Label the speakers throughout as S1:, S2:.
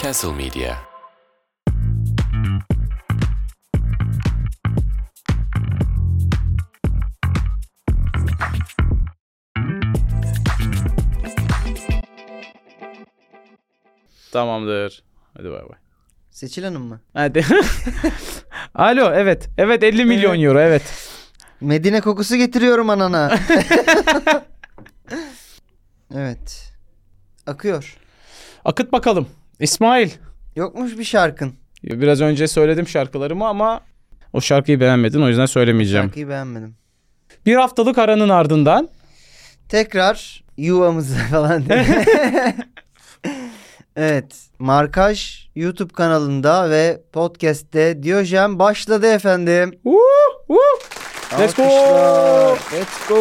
S1: Castle Media.
S2: Tamamdır. Hadi bay bay.
S3: Seçil Hanım mı?
S4: Hadi. Alo evet. Evet 50 milyon euro evet.
S3: Medine kokusu getiriyorum anana. evet. Akıyor.
S4: Akıt bakalım. İsmail.
S3: Yokmuş bir şarkın.
S4: Biraz önce söyledim şarkılarımı ama o şarkıyı beğenmedin o yüzden söylemeyeceğim.
S3: Şarkıyı beğenmedim.
S4: Bir haftalık aranın ardından
S3: Tekrar yuvamızı falan diye. evet. Markaj YouTube kanalında ve podcast'te Diyojen başladı efendim.
S4: Woo, woo. Let's go.
S3: Alkışlar. Let's go.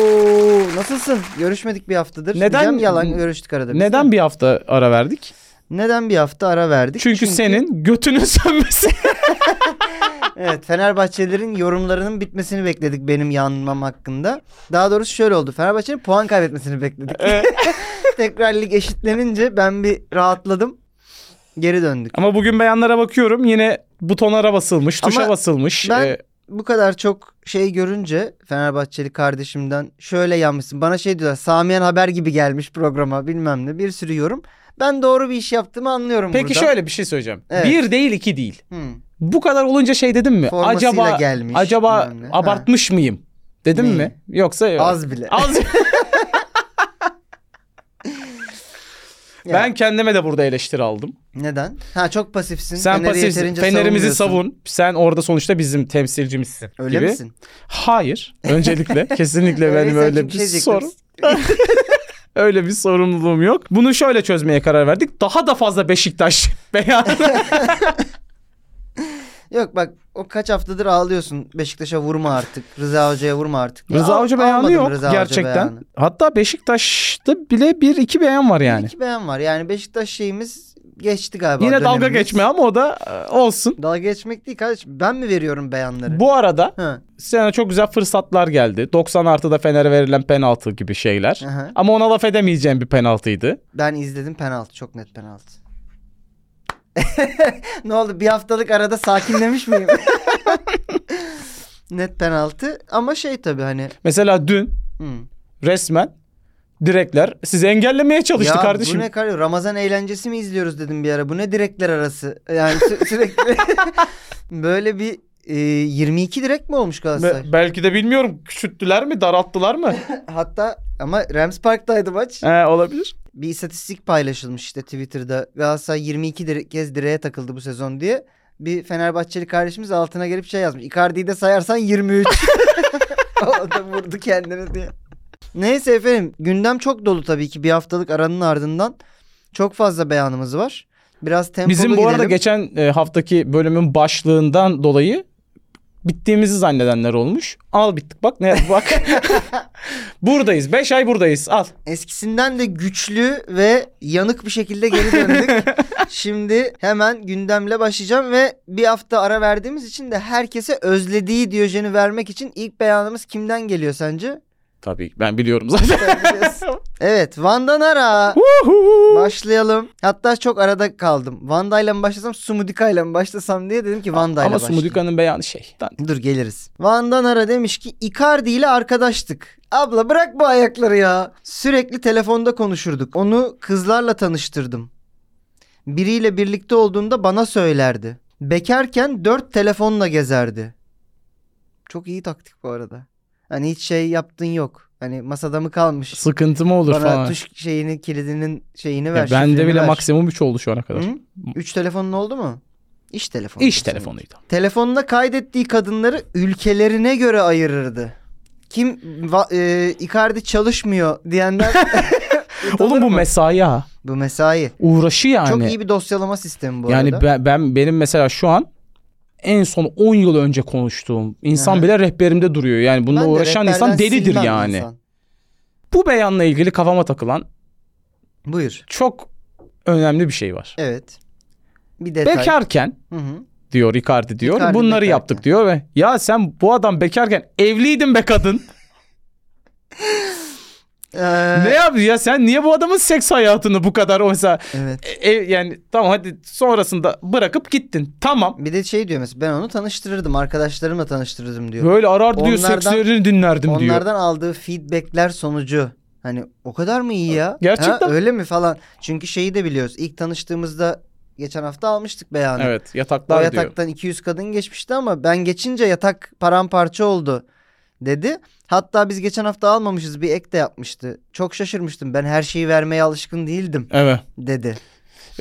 S3: Nasılsın? Görüşmedik bir haftadır.
S4: Neden-
S3: Diyeceğim yalan görüştük arada. biz de.
S4: neden bir hafta ara verdik?
S3: Neden bir hafta ara verdik?
S4: Çünkü, senin götünün sönmesi.
S3: Evet Fenerbahçelilerin yorumlarının bitmesini bekledik benim yanmam hakkında. Daha doğrusu şöyle oldu. Fenerbahçe'nin puan kaybetmesini bekledik. Tekrar lig eşitlenince ben bir rahatladım. Geri döndük.
S4: ama bugün beyanlara bakıyorum yine butonlara basılmış, tuşa
S3: Ama
S4: basılmış.
S3: ben-
S4: Ee,
S3: Bu kadar çok şey görünce Fenerbahçeli kardeşimden şöyle yanmışsın. Bana şey diyorlar Samiyen Haber gibi gelmiş programa bilmem ne bir sürü yorum. Ben doğru bir iş yaptığımı anlıyorum
S4: peki
S3: burada.
S4: şöyle bir şey söyleyeceğim.
S3: Evet.
S4: Bir değil iki değil.
S3: Hmm.
S4: Bu kadar olunca şey dedim mi?
S3: Formasıyla
S4: acaba
S3: gelmiş,
S4: acaba
S3: bilmem ne. Ha.
S4: abartmış mıyım? Dedim
S3: Neyi?
S4: mi? Yoksa yok.
S3: Az bile.
S4: Az.
S3: Ya.
S4: Ben kendime de burada eleştiri aldım.
S3: Neden? Ha çok pasifsin.
S4: Sen
S3: Fener'i
S4: pasifsin.
S3: yeterince
S4: Fenerimizi
S3: savunmuyorsun.
S4: savun. Sen orada sonuçta bizim temsilcimizsin.
S3: Öyle
S4: gibi.
S3: misin?
S4: Hayır. Öncelikle kesinlikle benim
S3: Öyleyse
S4: öyle
S3: kim
S4: bir
S3: şey diyecektim?
S4: sorun. Öyle bir sorumluluğum yok. Bunu şöyle çözmeye karar verdik. Daha da fazla Beşiktaş beyanı.
S3: Yok bak o kaç haftadır ağlıyorsun. Beşiktaş'a vurma artık. Rıza Hoca'ya vurma artık.
S4: Rıza
S3: Al-
S4: Hoca
S3: almadım
S4: beyanı yok
S3: Rıza Hoca
S4: gerçekten.
S3: beyanı.
S4: Hatta Beşiktaş'ta bile bir iki beyan var yani.
S3: İki beyan var. Yani Beşiktaş şeyimiz geçti galiba.
S4: Yine dalga
S3: dönemimiz.
S4: geçme ama o da e, olsun.
S3: Dalga geçmek değil kardeşim. Ben mi veriyorum beyanları?
S4: Bu arada
S3: Hı.
S4: Sana çok güzel fırsatlar geldi. 90 artıda Fener'e verilen penaltı gibi şeyler.
S3: Aha.
S4: Ama ona laf edemeyeceğim bir penaltıydı.
S3: Ben izledim penaltı. Çok net penaltı. ne oldu? Bir haftalık arada sakinlemiş miyim? net penaltı. Ama şey tabii hani.
S4: Mesela dün
S3: Hı.
S4: resmen direkler sizi engellemeye çalıştı
S3: ya
S4: kardeşim.
S3: bu ne kardeşim? Ramazan eğlencesi mi izliyoruz dedim bir ara. Bu ne direkler arası? Yani sü- sürekli böyle bir e, 22 direk mi olmuş Galatasaray?
S4: Be- belki de bilmiyorum küçülttüler mi daralttılar mı?
S3: Hatta ama Rams Park'taydı maç.
S4: He, olabilir.
S3: Bir istatistik paylaşılmış işte Twitter'da. Galatasaray 22 dire- kez direğe takıldı bu sezon diye. Bir Fenerbahçeli kardeşimiz altına gelip şey yazmış. Icardi'yi de sayarsan 23. o da vurdu kendini diye. Neyse efendim gündem çok dolu tabii ki bir haftalık aranın ardından. Çok fazla beyanımız var. Biraz tempolu
S4: Bizim bu arada
S3: gidelim.
S4: geçen e, haftaki bölümün başlığından dolayı bittiğimizi zannedenler olmuş. Al bittik bak ne bak. buradayız. 5 ay buradayız. Al.
S3: Eskisinden de güçlü ve yanık bir şekilde geri döndük. Şimdi hemen gündemle başlayacağım ve bir hafta ara verdiğimiz için de herkese özlediği Diyojen'i vermek için ilk beyanımız kimden geliyor sence?
S4: Tabii ben biliyorum zaten.
S3: evet Van'dan ara.
S4: Uhu.
S3: Başlayalım. Hatta çok arada kaldım. Vanda'yla mı başlasam Sumudika'yla mı başlasam diye dedim ki Vanda'yla
S4: Ama
S3: başlayayım.
S4: Sumudika'nın beyanı şey. Lan
S3: Dur geliriz. Van'dan ara demiş ki Icardi ile arkadaştık. Abla bırak bu ayakları ya. Sürekli telefonda konuşurduk. Onu kızlarla tanıştırdım. Biriyle birlikte olduğunda bana söylerdi. Bekarken dört telefonla gezerdi. Çok iyi taktik bu arada. Hani hiç şey yaptın yok. Hani masada mı kalmış?
S4: Sıkıntı mı olur
S3: bana
S4: falan.
S3: tuş şeyini kilidinin şeyini ver.
S4: Ya bende
S3: şifreni
S4: bile
S3: ver.
S4: maksimum 3 oldu şu ana kadar.
S3: Hı? Üç telefonun oldu mu? İş telefonu.
S4: İş
S3: Senin.
S4: telefonuydu.
S3: Telefonuna kaydettiği kadınları ülkelerine göre ayırırdı. Kim va, e, Icardi çalışmıyor diyenler utanır
S4: Oğlum bu
S3: mı?
S4: mesai ha.
S3: bu mesai.
S4: Uğraşı yani.
S3: Çok iyi bir dosyalama sistemi bu
S4: Hani yani
S3: arada.
S4: ben, ben benim mesela şu an en son 10 yıl önce konuştuğum insan
S3: Aha.
S4: bile rehberimde duruyor. Yani bununla
S3: Ben de
S4: uğraşan
S3: rehberden
S4: insan delidir
S3: silinen bir
S4: yani.
S3: insan.
S4: Bu beyanla ilgili kafama takılan
S3: Buyur.
S4: çok önemli bir şey var.
S3: Evet. Bir detay.
S4: Bekarken
S3: Hı hı.
S4: diyor Icardi diyor.
S3: Icardi
S4: bunları
S3: bekarken.
S4: yaptık diyor ve ya sen bu adam bekarken evliydin be kadın.
S3: Ee,
S4: Ne yapıyor ya sen niye bu adamın seks hayatını bu kadar oysa
S3: Evet.
S4: e, e, yani tamam hadi sonrasında bırakıp gittin. Tamam.
S3: Bir de şey diyor mesela ben onu tanıştırırdım arkadaşlarımla tanıştırırdım diyor.
S4: Böyle arardı diyor
S3: Onlardan-
S4: sekslerini dinlerdim diyor.
S3: Onlardan aldığı feedbackler sonucu hani o kadar mı iyi ya?
S4: Gerçekten.
S3: Ha, öyle mi falan. Çünkü şeyi de biliyoruz. İlk tanıştığımızda geçen hafta almıştık beyanı.
S4: Evet
S3: O
S4: yataklar diyor.
S3: yataktan 200 kadın geçmişti ama ben geçince yatak paramparça oldu dedi. Hatta biz geçen hafta almamışız bir ek de yapmıştı. Çok şaşırmıştım ben her şeyi vermeye alışkın değildim
S4: Evet.
S3: dedi.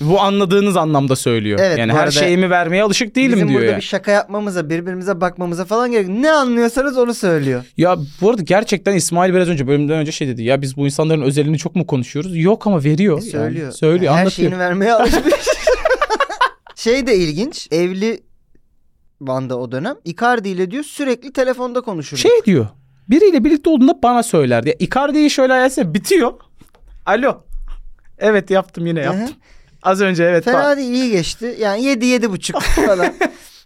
S4: Bu anladığınız anlamda söylüyor.
S3: Evet,
S4: yani
S3: bu
S4: her
S3: arada-
S4: şeyimi vermeye alışık değilim
S3: Bizim
S4: diyor
S3: burada
S4: yani.
S3: bir şaka yapmamıza birbirimize bakmamıza falan gerek. Ne anlıyorsanız onu söylüyor.
S4: Ya bu arada gerçekten İsmail biraz önce bölümden önce şey dedi. Ya biz bu insanların özelini çok mu konuşuyoruz? Yok ama veriyor.
S3: E,
S4: yani.
S3: söylüyor.
S4: söylüyor
S3: Her
S4: anlatıyor.
S3: şeyini vermeye alışmış. şey de ilginç. Evli Van'da o dönem. Icardi ile diyor sürekli telefonda konuşurdu.
S4: Şey diyor. Biriyle birlikte olduğunda bana söylerdi. Ya Icardi'yi şöyle ayarsa bitiyor. Alo. Evet yaptım yine
S3: Hı hı.
S4: yaptım. Az önce evet.
S3: E, Fena
S4: tamam.
S3: değil iyi geçti. Yani yedi yedi buçuk falan.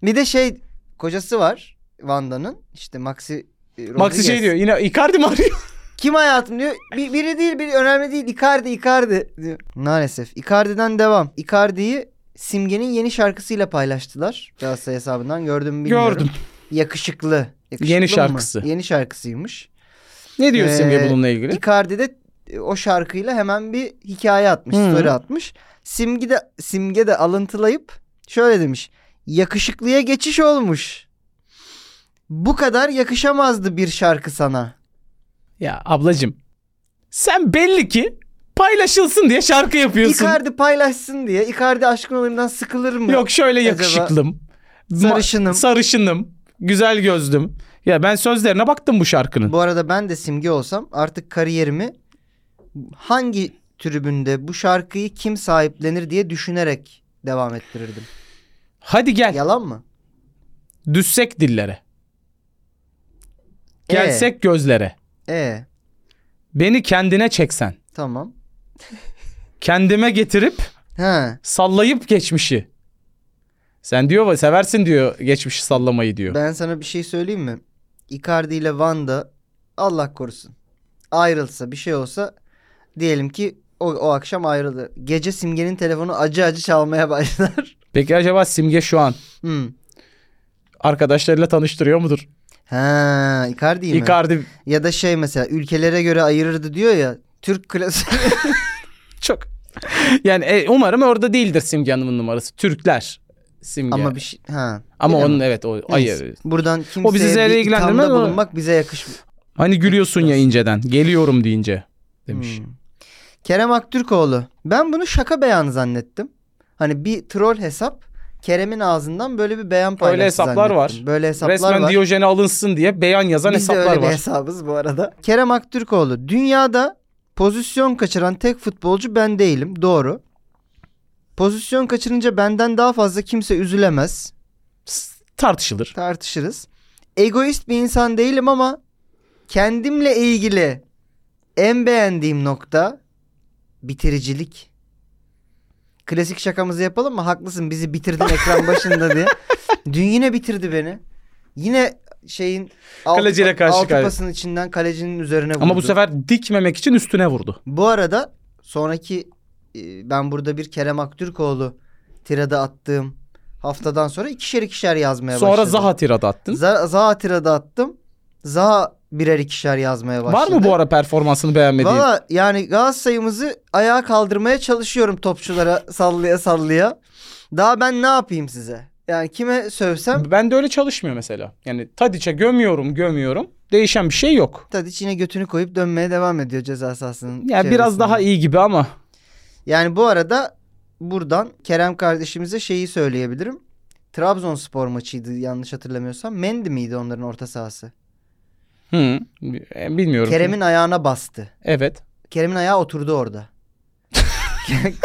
S3: bir de şey kocası var Vanda'nın. işte Maxi e,
S4: Maxi
S3: Rodriguez.
S4: şey diyor yine Icardi mi arıyor?
S3: Kim hayatım diyor. "Bir- biri değil biri önemli değil. Icardi Icardi diyor. Maalesef. Icardi'den devam. Icardi'yi Simge'nin yeni şarkısıyla paylaştılar. Galatasaray hesabından gördüm mü bilmiyorum.
S4: Gördüm.
S3: Yakışıklı. Yakışıklı
S4: Yeni
S3: mı?
S4: şarkısı.
S3: Yeni şarkısıymış.
S4: Ne diyor
S3: Ee,
S4: Simge bununla ilgili?
S3: Icardi de e, o şarkıyla hemen bir hikaye atmış,
S4: Hı.
S3: story atmış. Simge de Simge de alıntılayıp şöyle demiş. Yakışıklıya geçiş olmuş. Bu kadar yakışamazdı bir şarkı sana.
S4: Ya ablacım. Sen belli ki paylaşılsın diye şarkı yapıyorsun.
S3: Icardi paylaşsın diye. Icardi aşkın olayımdan sıkılır mı?
S4: Yok şöyle
S3: Acaba-
S4: yakışıklım. Ma-
S3: Sarışınım.
S4: sarışınım. Güzel gözlüm. Ya ben sözlerine baktım bu şarkının.
S3: Bu arada ben de simge olsam artık kariyerimi hangi tribünde bu şarkıyı kim sahiplenir diye düşünerek devam ettirirdim.
S4: Hadi gel.
S3: Yalan mı?
S4: Düşsek dillere.
S3: Ee?
S4: Gelsek gözlere.
S3: E
S4: Beni kendine çeksen.
S3: tamam.
S4: Kendime getirip
S3: He.
S4: sallayıp geçmişi. Sen diyor va- seversin diyor geçmişi sallamayı diyor.
S3: Ben sana bir şey söyleyeyim mi? Icardi ile Vanda Allah korusun. Ayrılsa bir şey olsa diyelim ki o, o akşam ayrıldı. Gece Simge'nin telefonu acı acı çalmaya başlar.
S4: Peki acaba Simge şu an
S3: hmm.
S4: arkadaşlarıyla tanıştırıyor mudur?
S3: Ha, Icardi mi?
S4: Icardi
S3: ya da şey mesela ülkelere göre ayırırdı diyor ya. Türk klasik
S4: çok. Yani e, umarım orada değildir Simge Hanım'ın numarası. Türkler Simge.
S3: ama bir şey ha.
S4: Ama
S3: bilemem.
S4: onun evet o
S3: Neyse.
S4: hayır.
S3: Buradan kimseye
S4: bizi
S3: bir
S4: ilgilendirmez
S3: ithamda
S4: ama-
S3: bulunmak bize yakışmıyor.
S4: Hani gülüyorsun ya inceden. Geliyorum deyince demiş.
S3: Hmm. Kerem Aktürkoğlu. Ben bunu şaka beyanı zannettim. Hani bir troll hesap Kerem'in ağzından böyle bir beyan paylaştı
S4: hesaplar var.
S3: zannettim. Böyle hesaplar
S4: Resmen
S3: var.
S4: Diyojen'e alınsın diye beyan yazan
S3: Biz de
S4: hesaplar
S3: öyle bir
S4: var.
S3: hesabız bu arada. Kerem Aktürkoğlu. Dünyada pozisyon kaçıran tek futbolcu ben değilim. Doğru. Pozisyon kaçırınca benden daha fazla kimse üzülemez.
S4: S- Tartışılır.
S3: tartışırız. Egoist bir insan değilim ama kendimle ilgili en beğendiğim nokta bitiricilik. Klasik şakamızı yapalım mı? Haklısın bizi bitirdin ekran başında diye. Dün yine bitirdi beni. Yine şeyin altı,
S4: Kaleciyle karşı
S3: altı
S4: karşı.
S3: pasın içinden kalecinin üzerine vurdu.
S4: Ama bu sefer dikmemek için üstüne vurdu.
S3: Bu arada sonraki e, ben burada bir Kerem Aktürkoğlu tirada attığım haftadan sonra ikişer ikişer yazmaya
S4: Sonra
S3: başladım.
S4: Zaha tirada attın.
S3: Za Zaha tirada attım. Zaha birer ikişer yazmaya başladı.
S4: Var mı bu ara performansını beğenmediğin?
S3: Valla yani Galatasaray'ımızı ayağa kaldırmaya çalışıyorum topçulara sallaya sallaya. Daha ben ne yapayım size? Yani kime sövsem
S4: Ben de öyle çalışmıyor mesela. Yani Tadiç'e gömüyorum gömüyorum. Değişen bir şey yok.
S3: Tadiç yine götünü koyup dönmeye devam ediyor ceza sahasının.
S4: Ya biraz
S3: çevresinde.
S4: daha iyi gibi ama
S3: Yani bu arada buradan Kerem kardeşimize şeyi söyleyebilirim. Trabzonspor maçıydı yanlış hatırlamıyorsam. Mendy miydi onların orta sahası?
S4: hı, e, bilmiyorum.
S3: Kerem'in ayağına bastı.
S4: Evet.
S3: Kerem'in ayağı oturdu orada.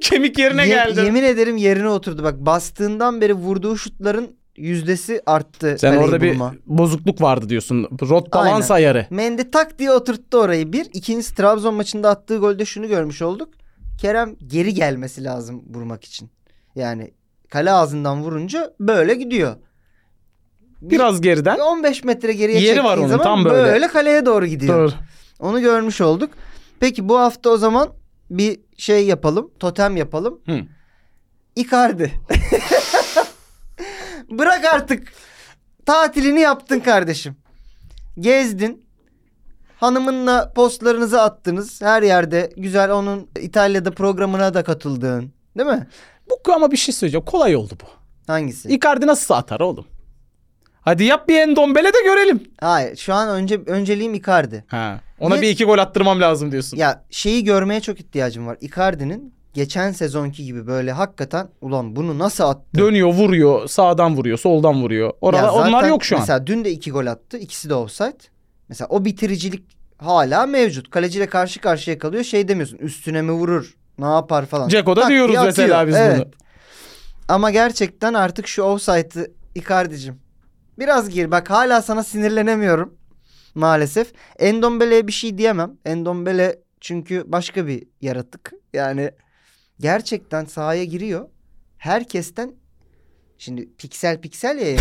S4: Kemik yerine
S3: Ye-
S4: geldi.
S3: Yemin ederim yerine oturdu. Bak bastığından beri vurduğu şutların yüzdesi arttı.
S4: Sen
S3: kaleyi
S4: orada bir
S3: bulma.
S4: bozukluk vardı diyorsun. Rot balans ayarı.
S3: Mendy tak diye oturttu orayı bir. İkincisi Trabzon maçında attığı golde şunu görmüş olduk. Kerem geri gelmesi lazım vurmak için. Yani kale ağzından vurunca böyle gidiyor. Bir-
S4: Biraz geriden.
S3: 15 metre geriye
S4: Yeri
S3: çektiği
S4: var onun,
S3: zaman
S4: tam böyle.
S3: kaleye doğru gidiyor.
S4: Doğru.
S3: Onu görmüş olduk. Peki bu hafta o zaman bir şey yapalım. Totem yapalım.
S4: Hı.
S3: Icardi. Bırak artık. Tatilini yaptın kardeşim. Gezdin. Hanımınla postlarınızı attınız. Her yerde güzel onun İtalya'da programına da katıldın. Değil mi?
S4: Bu ama bir şey söyleyeceğim. Kolay oldu bu.
S3: Hangisi?
S4: Icardi nasıl atar oğlum? Hadi yap bir Endombele de görelim.
S3: Hayır şu an önce önceliğim Icardi.
S4: Ha. Ona
S3: Niye-
S4: bir iki gol attırmam lazım diyorsun.
S3: Ya şeyi görmeye çok ihtiyacım var. Icardi'nin geçen sezonki gibi böyle hakikaten ulan bunu nasıl attı?
S4: Dönüyor, vuruyor, sağdan vuruyor, soldan vuruyor. Oralar
S3: Ya zaten
S4: onlar yok şu an.
S3: Mesela dün de iki gol attı. ikisi de offside. Mesela o bitiricilik hala mevcut. Kaleciyle karşı karşıya kalıyor. Şey demiyorsun üstüne mi vurur? Ne yapar falan.
S4: Dzeko da
S3: Tak diye
S4: diyoruz
S3: atıyor.
S4: mesela biz
S3: Evet.
S4: bunu.
S3: Ama gerçekten artık şu offside'ı Icardi'cim. Biraz gir. Bak hala sana sinirlenemiyorum. Maalesef. Endombele'ye bir şey diyemem. Endombele çünkü başka bir yaratık. Yani gerçekten sahaya giriyor. Herkesten şimdi piksel piksel ya. herif.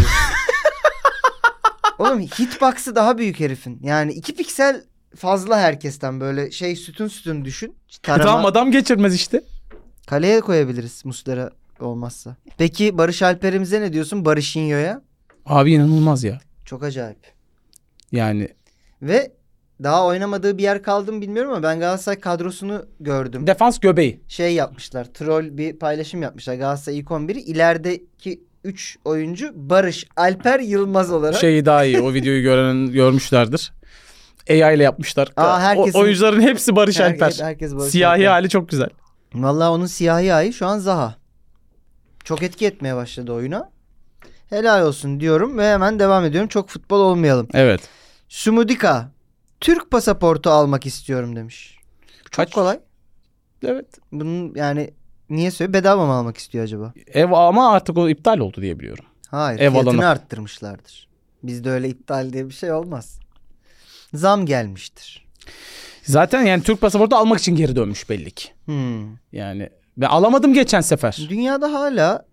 S3: Oğlum hitbox'ı daha büyük herifin. Yani iki piksel fazla herkesten böyle şey sütün sütün düşün. Tarama-
S4: Tamam adam geçirmez işte.
S3: Kaleye koyabiliriz Muslera olmazsa. Peki Barış Alper'imize ne diyorsun? Barışinyo'ya?
S4: Abi inanılmaz ya.
S3: Çok acayip.
S4: Yani
S3: Ve daha oynamadığı bir yer kaldı mı bilmiyorum ama ben Galatasaray kadrosunu gördüm.
S4: defans göbeği.
S3: Şey yapmışlar. Troll bir paylaşım yapmışlar. Galatasaray ilk 11'i ilerideki 3 oyuncu Barış Alper Yılmaz olarak.
S4: Şeyi daha iyi. O videoyu gören görmüşlerdir. AI ile yapmışlar.
S3: Aa,
S4: O-
S3: herkesin-
S4: oyuncuların hepsi Barış
S3: Her-
S4: Alper.
S3: herkes Barış
S4: Siyahi
S3: Alper.
S4: hali çok güzel.
S3: Vallahi onun siyahi ayı şu an Zaha. Çok etki etmeye başladı oyuna. Helal olsun diyorum ve hemen devam ediyorum. Çok futbol olmayalım.
S4: Evet.
S3: Sumudika Türk pasaportu almak istiyorum demiş. Çok
S4: Kaç-
S3: kolay.
S4: Evet.
S3: Bunun yani niye söylüyor? Bedava mı almak istiyor acaba?
S4: Ev E, ama artık o iptal oldu diye biliyorum.
S3: Hayır.
S4: Ev
S3: fiyatını
S4: alanı.
S3: arttırmışlardır. Bizde öyle iptal diye bir şey olmaz. Zam gelmiştir.
S4: Zaten yani Türk pasaportu almak için geri dönmüş belli ki.
S3: Hmm.
S4: Yani ve alamadım geçen sefer.
S3: Dünyada hala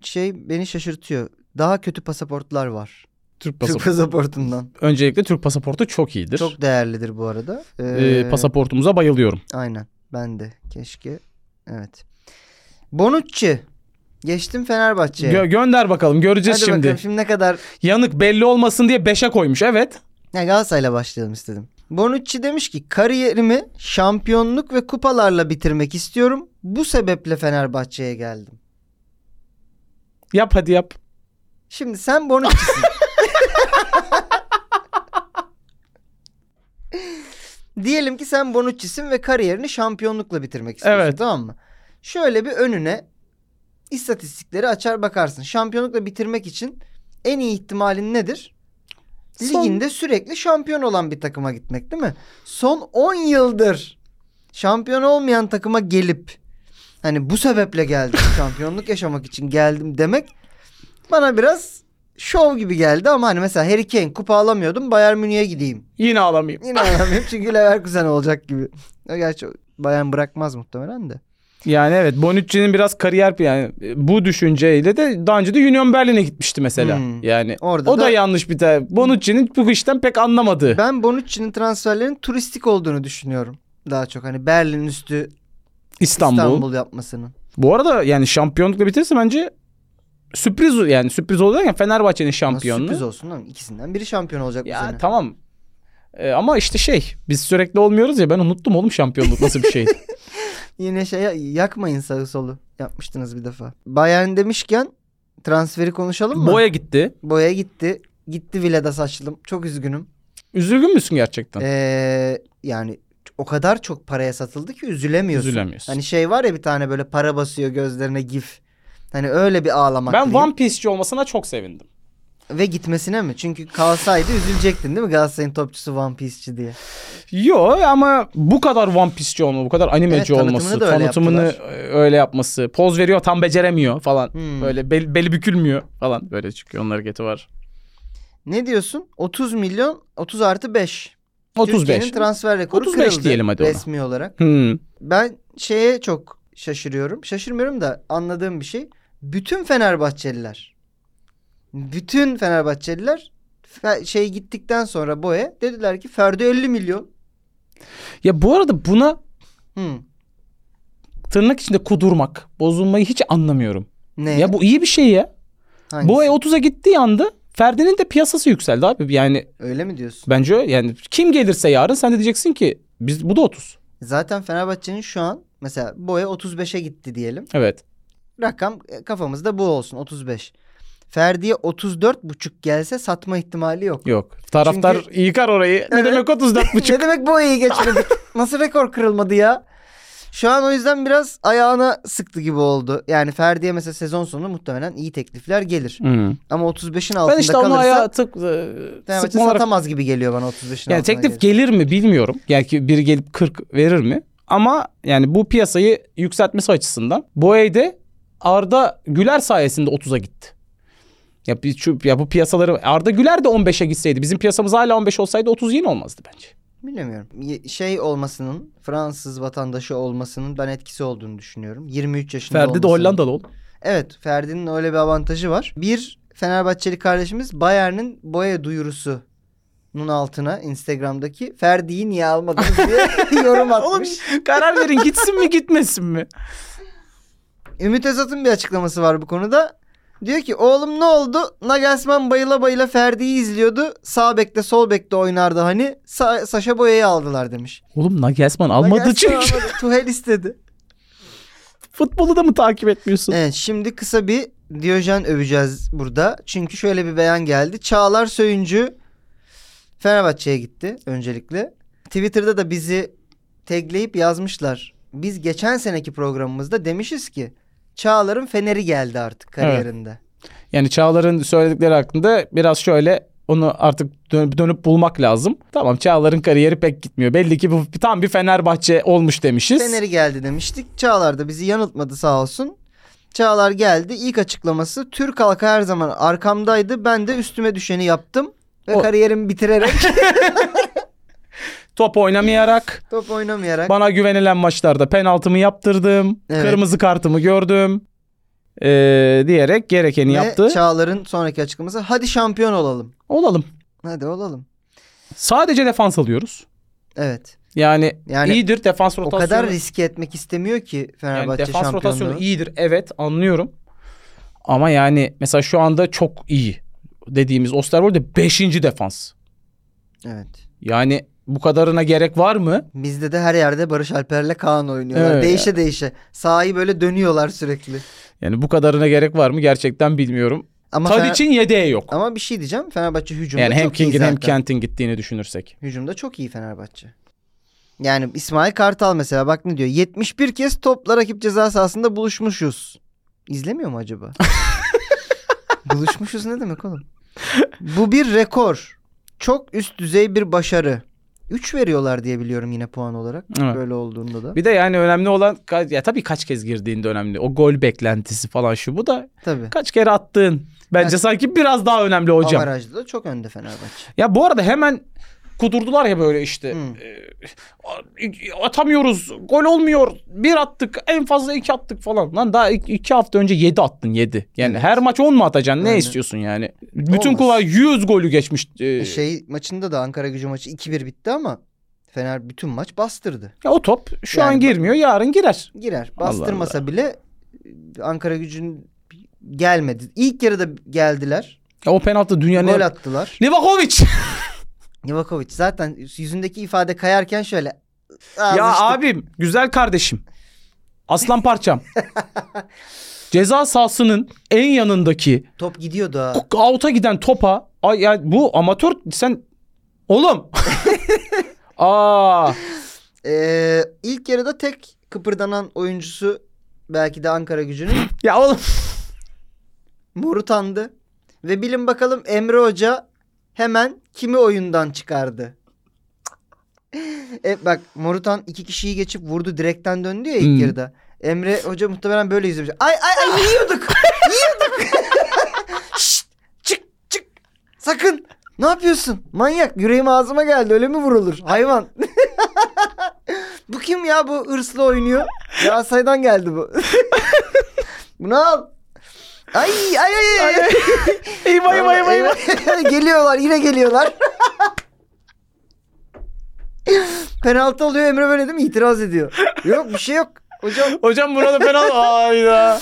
S3: şey beni şaşırtıyor. Daha kötü pasaportlar var.
S4: Türk
S3: Türk pasaportundan.
S4: Öncelikle Türk pasaportu çok iyidir.
S3: Çok değerlidir bu arada.
S4: Ee,
S3: Ee,
S4: pasaportumuza bayılıyorum.
S3: Aynen. Ben de. Keşke. Evet. Bonucci. Geçtim Fenerbahçe'ye.
S4: Gö- gönder bakalım göreceğiz
S3: şey. Hadi
S4: şimdi.
S3: bakalım şimdi ne kadar
S4: Yanık belli olmasın diye 5'e koymuş. Evet.
S3: ya Galatasaray'la başlayalım istedim. Bonucci demiş ki kariyerimi şampiyonluk ve kupalarla bitirmek istiyorum. Bu sebeple Fenerbahçe'ye geldim.
S4: Yap hadi yap.
S3: Şimdi sen Bonucci'sin. Diyelim ki sen Bonucci'sin ve kariyerini şampiyonlukla bitirmek istiyorsun
S4: Evet.
S3: tamam mı? Şöyle bir önüne istatistikleri açar bakarsın. Şampiyonlukla bitirmek için en iyi ihtimalin nedir?
S4: Son-
S3: Liginde sürekli şampiyon olan bir takıma gitmek değil mi? Son 10 yıldır şampiyon olmayan takıma gelip hani bu sebeple geldim şampiyonluk yaşamak için geldim demek bana biraz şov gibi geldi ama hani mesela Harry Kane kupa alamıyordum Bayern Münih'e gideyim.
S4: Yine alamayayım.
S3: Yine alamıyorum çünkü Leverkusen olacak gibi. Ya Gerçi Bayern bırakmaz muhtemelen de.
S4: Yani evet Bonucci'nin biraz kariyer yani bu düşünceyle de daha önce de Union Berlin'e gitmişti mesela.
S3: Hmm.
S4: Yani
S3: Orada
S4: o da,
S3: da-
S4: yanlış bir tane. Bonucci'nin bu işten pek anlamadığı.
S3: Ben Bonucci'nin transferlerinin turistik olduğunu düşünüyorum. Daha çok hani Berlin üstü
S4: İstanbul.
S3: İstanbul, yapmasının.
S4: Bu arada yani şampiyonlukla bitirirse bence sürpriz yani sürpriz olacak ya Fenerbahçe'nin
S3: Ama
S4: şampiyonluğu.
S3: Sürpriz olsun lan ikisinden biri şampiyon olacak bu
S4: Ya
S3: sene.
S4: tamam. Ee, ama işte şey biz sürekli olmuyoruz ya ben unuttum oğlum şampiyonluk nasıl bir şey. şeydi.
S3: Yine şey yakmayın sağı solu. Yapmıştınız bir defa. Bayern demişken transferi konuşalım mı?
S4: Boya gitti.
S3: Boya gitti. Gitti Vila'da saçlım. Çok üzgünüm.
S4: Üzülgün müsün gerçekten?
S3: Ee, yani o kadar çok paraya satıldı ki üzülemiyorsun.
S4: Üzülemiyorsun.
S3: Hani şey var ya bir tane böyle para basıyor gözlerine gif. Hani öyle bir ağlamak.
S4: ben One Piece'ci olmasına çok sevindim.
S3: Ve gitmesine mi? Çünkü kalsaydı üzülecektin değil mi Galatasaray'ın topçusu One Piece'ci diye.
S4: Yo ama bu kadar One Piece'ci olma, bu kadar animeci
S3: Evet, tanıtımını
S4: olması,
S3: da öyle
S4: tanıtımını
S3: yaptılar.
S4: e, öyle yapması, poz veriyor tam beceremiyor falan.
S3: Hmm.
S4: Böyle bel- beli bükülmüyor falan böyle çıkıyor onlar geti var.
S3: Ne diyorsun? 30 milyon 30 artı 5.
S4: 35.
S3: Türkiye'nin transfer rekoru
S4: 35
S3: kırıldı
S4: diyelim hadi ona.
S3: resmi olarak.
S4: Hmm.
S3: Ben şeye çok şaşırıyorum. Şaşırmıyorum da anladığım bir şey. Bütün Fenerbahçeliler bütün Fenerbahçeliler Fe- şey gittikten sonra Boe dediler ki Ferdi 50 milyon. Hmm.
S4: Ya bu arada buna
S3: Hı.
S4: tırnak içinde kudurmak, bozulmayı hiç anlamıyorum.
S3: Ne?
S4: Ya bu iyi bir şey ya.
S3: Hangisi?
S4: Boy 30'a gittiği anda Ferdi'nin de piyasası yükseldi abi. Yani
S3: Öyle mi diyorsun?
S4: bence öyle. yani kim gelirse yarın sen de diyeceksin ki biz bu da 30.
S3: Zaten Fenerbahçe'nin şu an mesela Boe 35'e gitti diyelim.
S4: Evet.
S3: Rakam e, kafamızda bu olsun 35. Ferdi'ye 34,5 gelse satma ihtimali yok.
S4: Yok. Taraftar yıkar orayı. Ne
S3: Evet.
S4: demek 34 buçuk?
S3: ne demek Boe'yi geçirdik? Nasıl rekor kırılmadı ya? Şu an o yüzden biraz ayağına sıktı gibi oldu. Yani Ferdi'ye mesela sezon sonu muhtemelen iyi teklifler gelir.
S4: Hmm.
S3: Ama 35'in altında
S4: Ben işte onu
S3: kalırsa
S4: ayağa tık, e,
S3: Fenerbahçe
S4: sıkma olarak-
S3: satamaz gibi geliyor bana 35'in
S4: Yani
S3: altına
S4: teklif
S3: gelir.
S4: gelir mi bilmiyorum. Yani ki biri gelip 40 verir mi? Ama yani bu piyasayı yükseltmesi açısından Boye'de Arda Güler sayesinde 30'a gitti. Ya, bir şu- ya bu piyasaları Arda Güler de 15'e gitseydi bizim piyasamız hala 15 olsaydı 30 yine olmazdı bence.
S3: Bilemiyorum. Y- Şey olmasının Fransız vatandaşı olmasının ben etkisi olduğunu düşünüyorum. 23 yaşında
S4: Ferdi de
S3: olmasının.
S4: Hollandalı oğlum.
S3: Evet Ferdi'nin öyle bir avantajı var. Bir Fenerbahçeli kardeşimiz Bayern'in boya duyurusunun altına Instagram'daki Ferdi'yi niye almadınız diye yorum atmış.
S4: Karar verin gitsin mi gitmesin mi?
S3: Ümit Özat'ın bir açıklaması var bu konuda. Diyor ki oğlum ne oldu? Nagelsmann bayıla bayıla Ferdi'yi izliyordu. Sağ bekte sol bekte oynardı hani. Sa- Saşa Boya'yı aldılar demiş.
S4: Oğlum Nagelsmann almadı
S3: Nagelsmann
S4: çünkü.
S3: almadı, Tuhel istedi.
S4: Futbolu da mı takip etmiyorsun?
S3: Evet şimdi kısa bir Diyojen öveceğiz burada. Çünkü şöyle bir beyan geldi. Çağlar Söyüncü Fenerbahçe'ye gitti öncelikle. Twitter'da da bizi tagleyip yazmışlar. Biz geçen seneki programımızda demişiz ki Çağlar'ın Fener'i geldi artık kariyerinde.
S4: Yani Çağlar'ın söyledikleri hakkında biraz şöyle onu artık dönüp, dönüp bulmak lazım. Tamam Çağlar'ın kariyeri pek gitmiyor. Belli ki bu tam bir Fenerbahçe olmuş demişiz.
S3: Fener'i geldi demiştik. Çağlar da bizi yanıltmadı sağ olsun. Çağlar geldi. İlk açıklaması Türk halkı her zaman arkamdaydı. Ben de üstüme düşeni yaptım. Ve
S4: O-
S3: kariyerimi bitirerek
S4: Top oynamayarak,
S3: top oynamayarak.
S4: bana güvenilen maçlarda penaltımı yaptırdım,
S3: Evet.
S4: kırmızı kartımı gördüm ee, diyerek gerekeni
S3: ve
S4: yaptı.
S3: Çağlar'ın sonraki açıklaması hadi şampiyon olalım.
S4: Olalım.
S3: Hadi olalım.
S4: Sadece defans alıyoruz.
S3: Evet.
S4: Yani,
S3: Yani
S4: iyidir defans
S3: O
S4: rotasyonu.
S3: kadar riske etmek istemiyor ki
S4: Yani
S3: Fenerbahçe
S4: defans rotasyonu
S3: şampiyonluğu.
S4: iyidir. Evet anlıyorum. Ama yani mesela şu anda çok iyi dediğimiz Osterwold'de 5. defans.
S3: Evet.
S4: Yani bu kadarına gerek var mı?
S3: Bizde de her yerde Barış Alper'le Kaan oynuyorlar.
S4: Evet
S3: değişe değişe. Sahayı böyle dönüyorlar sürekli.
S4: Yani bu kadarına gerek var mı? Gerçekten bilmiyorum.
S3: Ama Fener-
S4: Tadic'in yedeği yok.
S3: ama bir şey diyeceğim. Fenerbahçe hücumda
S4: Yani hem
S3: çok iyi
S4: King'in hem
S3: zaten.
S4: Kent'in gittiğini düşünürsek.
S3: Hücumda çok iyi Fenerbahçe. Yani İsmail Kartal mesela bak ne diyor. 71 kez topla rakip ceza sahasında buluşmuşuz. İzlemiyor mu acaba? buluşmuşuz ne demek oğlum? Bu bir rekor. Çok üst düzey bir başarı. 3 veriyorlar diye biliyorum yine puan olarak.
S4: Evet.
S3: Böyle olduğunda da.
S4: Bir de yani önemli olan ka- ya tabii kaç kez girdiğinde önemli. O gol beklentisi falan şu bu da
S3: Tabii.
S4: kaç kere attığın. Bence
S3: Yani-
S4: sanki biraz daha önemli hocam.
S3: Averajda da çok önde Fenerbahçe.
S4: Ya bu arada hemen kudurdular ya böyle işte.
S3: Hı.
S4: e, Atamıyoruz. Gol olmuyor. Bir attık. En fazla iki attık falan. Lan daha ik- iki hafta önce yedi attın yedi. Yani
S3: Evet.
S4: her maç on mu atacaksın? Ne
S3: Aynen.
S4: istiyorsun yani? Bütün
S3: Olmaz.
S4: kolay 100 golü geçmiş. e,
S3: E Şey maçında da Ankara Gücü maçı 2-1 bitti ama Fener bütün maç bastırdı.
S4: ya o top şu
S3: Yani
S4: an
S3: bak-
S4: girmiyor. Yarın girer.
S3: girer.
S4: Allah
S3: Bastırmasa bile e, Ankara gücün gelmedi. İlk yarıda geldiler.
S4: Ya o penaltı dünyanın...
S3: gol
S4: en-
S3: attılar.
S4: Livakovic.
S3: Novakovic zaten yüzündeki ifade kayarken şöyle. "Aa,
S4: ya
S3: alıştık."
S4: abim. Güzel kardeşim. Aslan parçam. Ceza sahasının en yanındaki
S3: top gidiyordu ha.
S4: out'a giden topa ay ya bu amatör sen oğlum. Aa
S3: Ee, ilk yarıda tek kıpırdanan oyuncusu belki de Ankara gücünün
S4: ya oğlum
S3: Morutan'dı. Ve bilin bakalım Emre Hoca hemen kimi oyundan çıkardı. E, bak Morutan iki kişiyi geçip vurdu direkten döndü ya ilk
S4: Hmm.
S3: yarıda. Emre Hoca muhtemelen böyle izlemiş. Ay ay ay yiyorduk. yiyorduk. Şşt, çık çık. Sakın. Ne yapıyorsun? Manyak yüreğim ağzıma geldi öyle mi vurulur? Hayvan. bu kim ya bu hırslı oynuyor? Galatasaray'dan geldi bu. Bunu al. Ay ay ay. ay.
S4: eyvah eyvah eyvah eyvah.
S3: geliyorlar yine geliyorlar. Penaltı alıyor Emre böyle değil mi? İtiraz ediyor. Yok bir şey yok. Hocam
S4: Hocam burada penaltı. Hayda.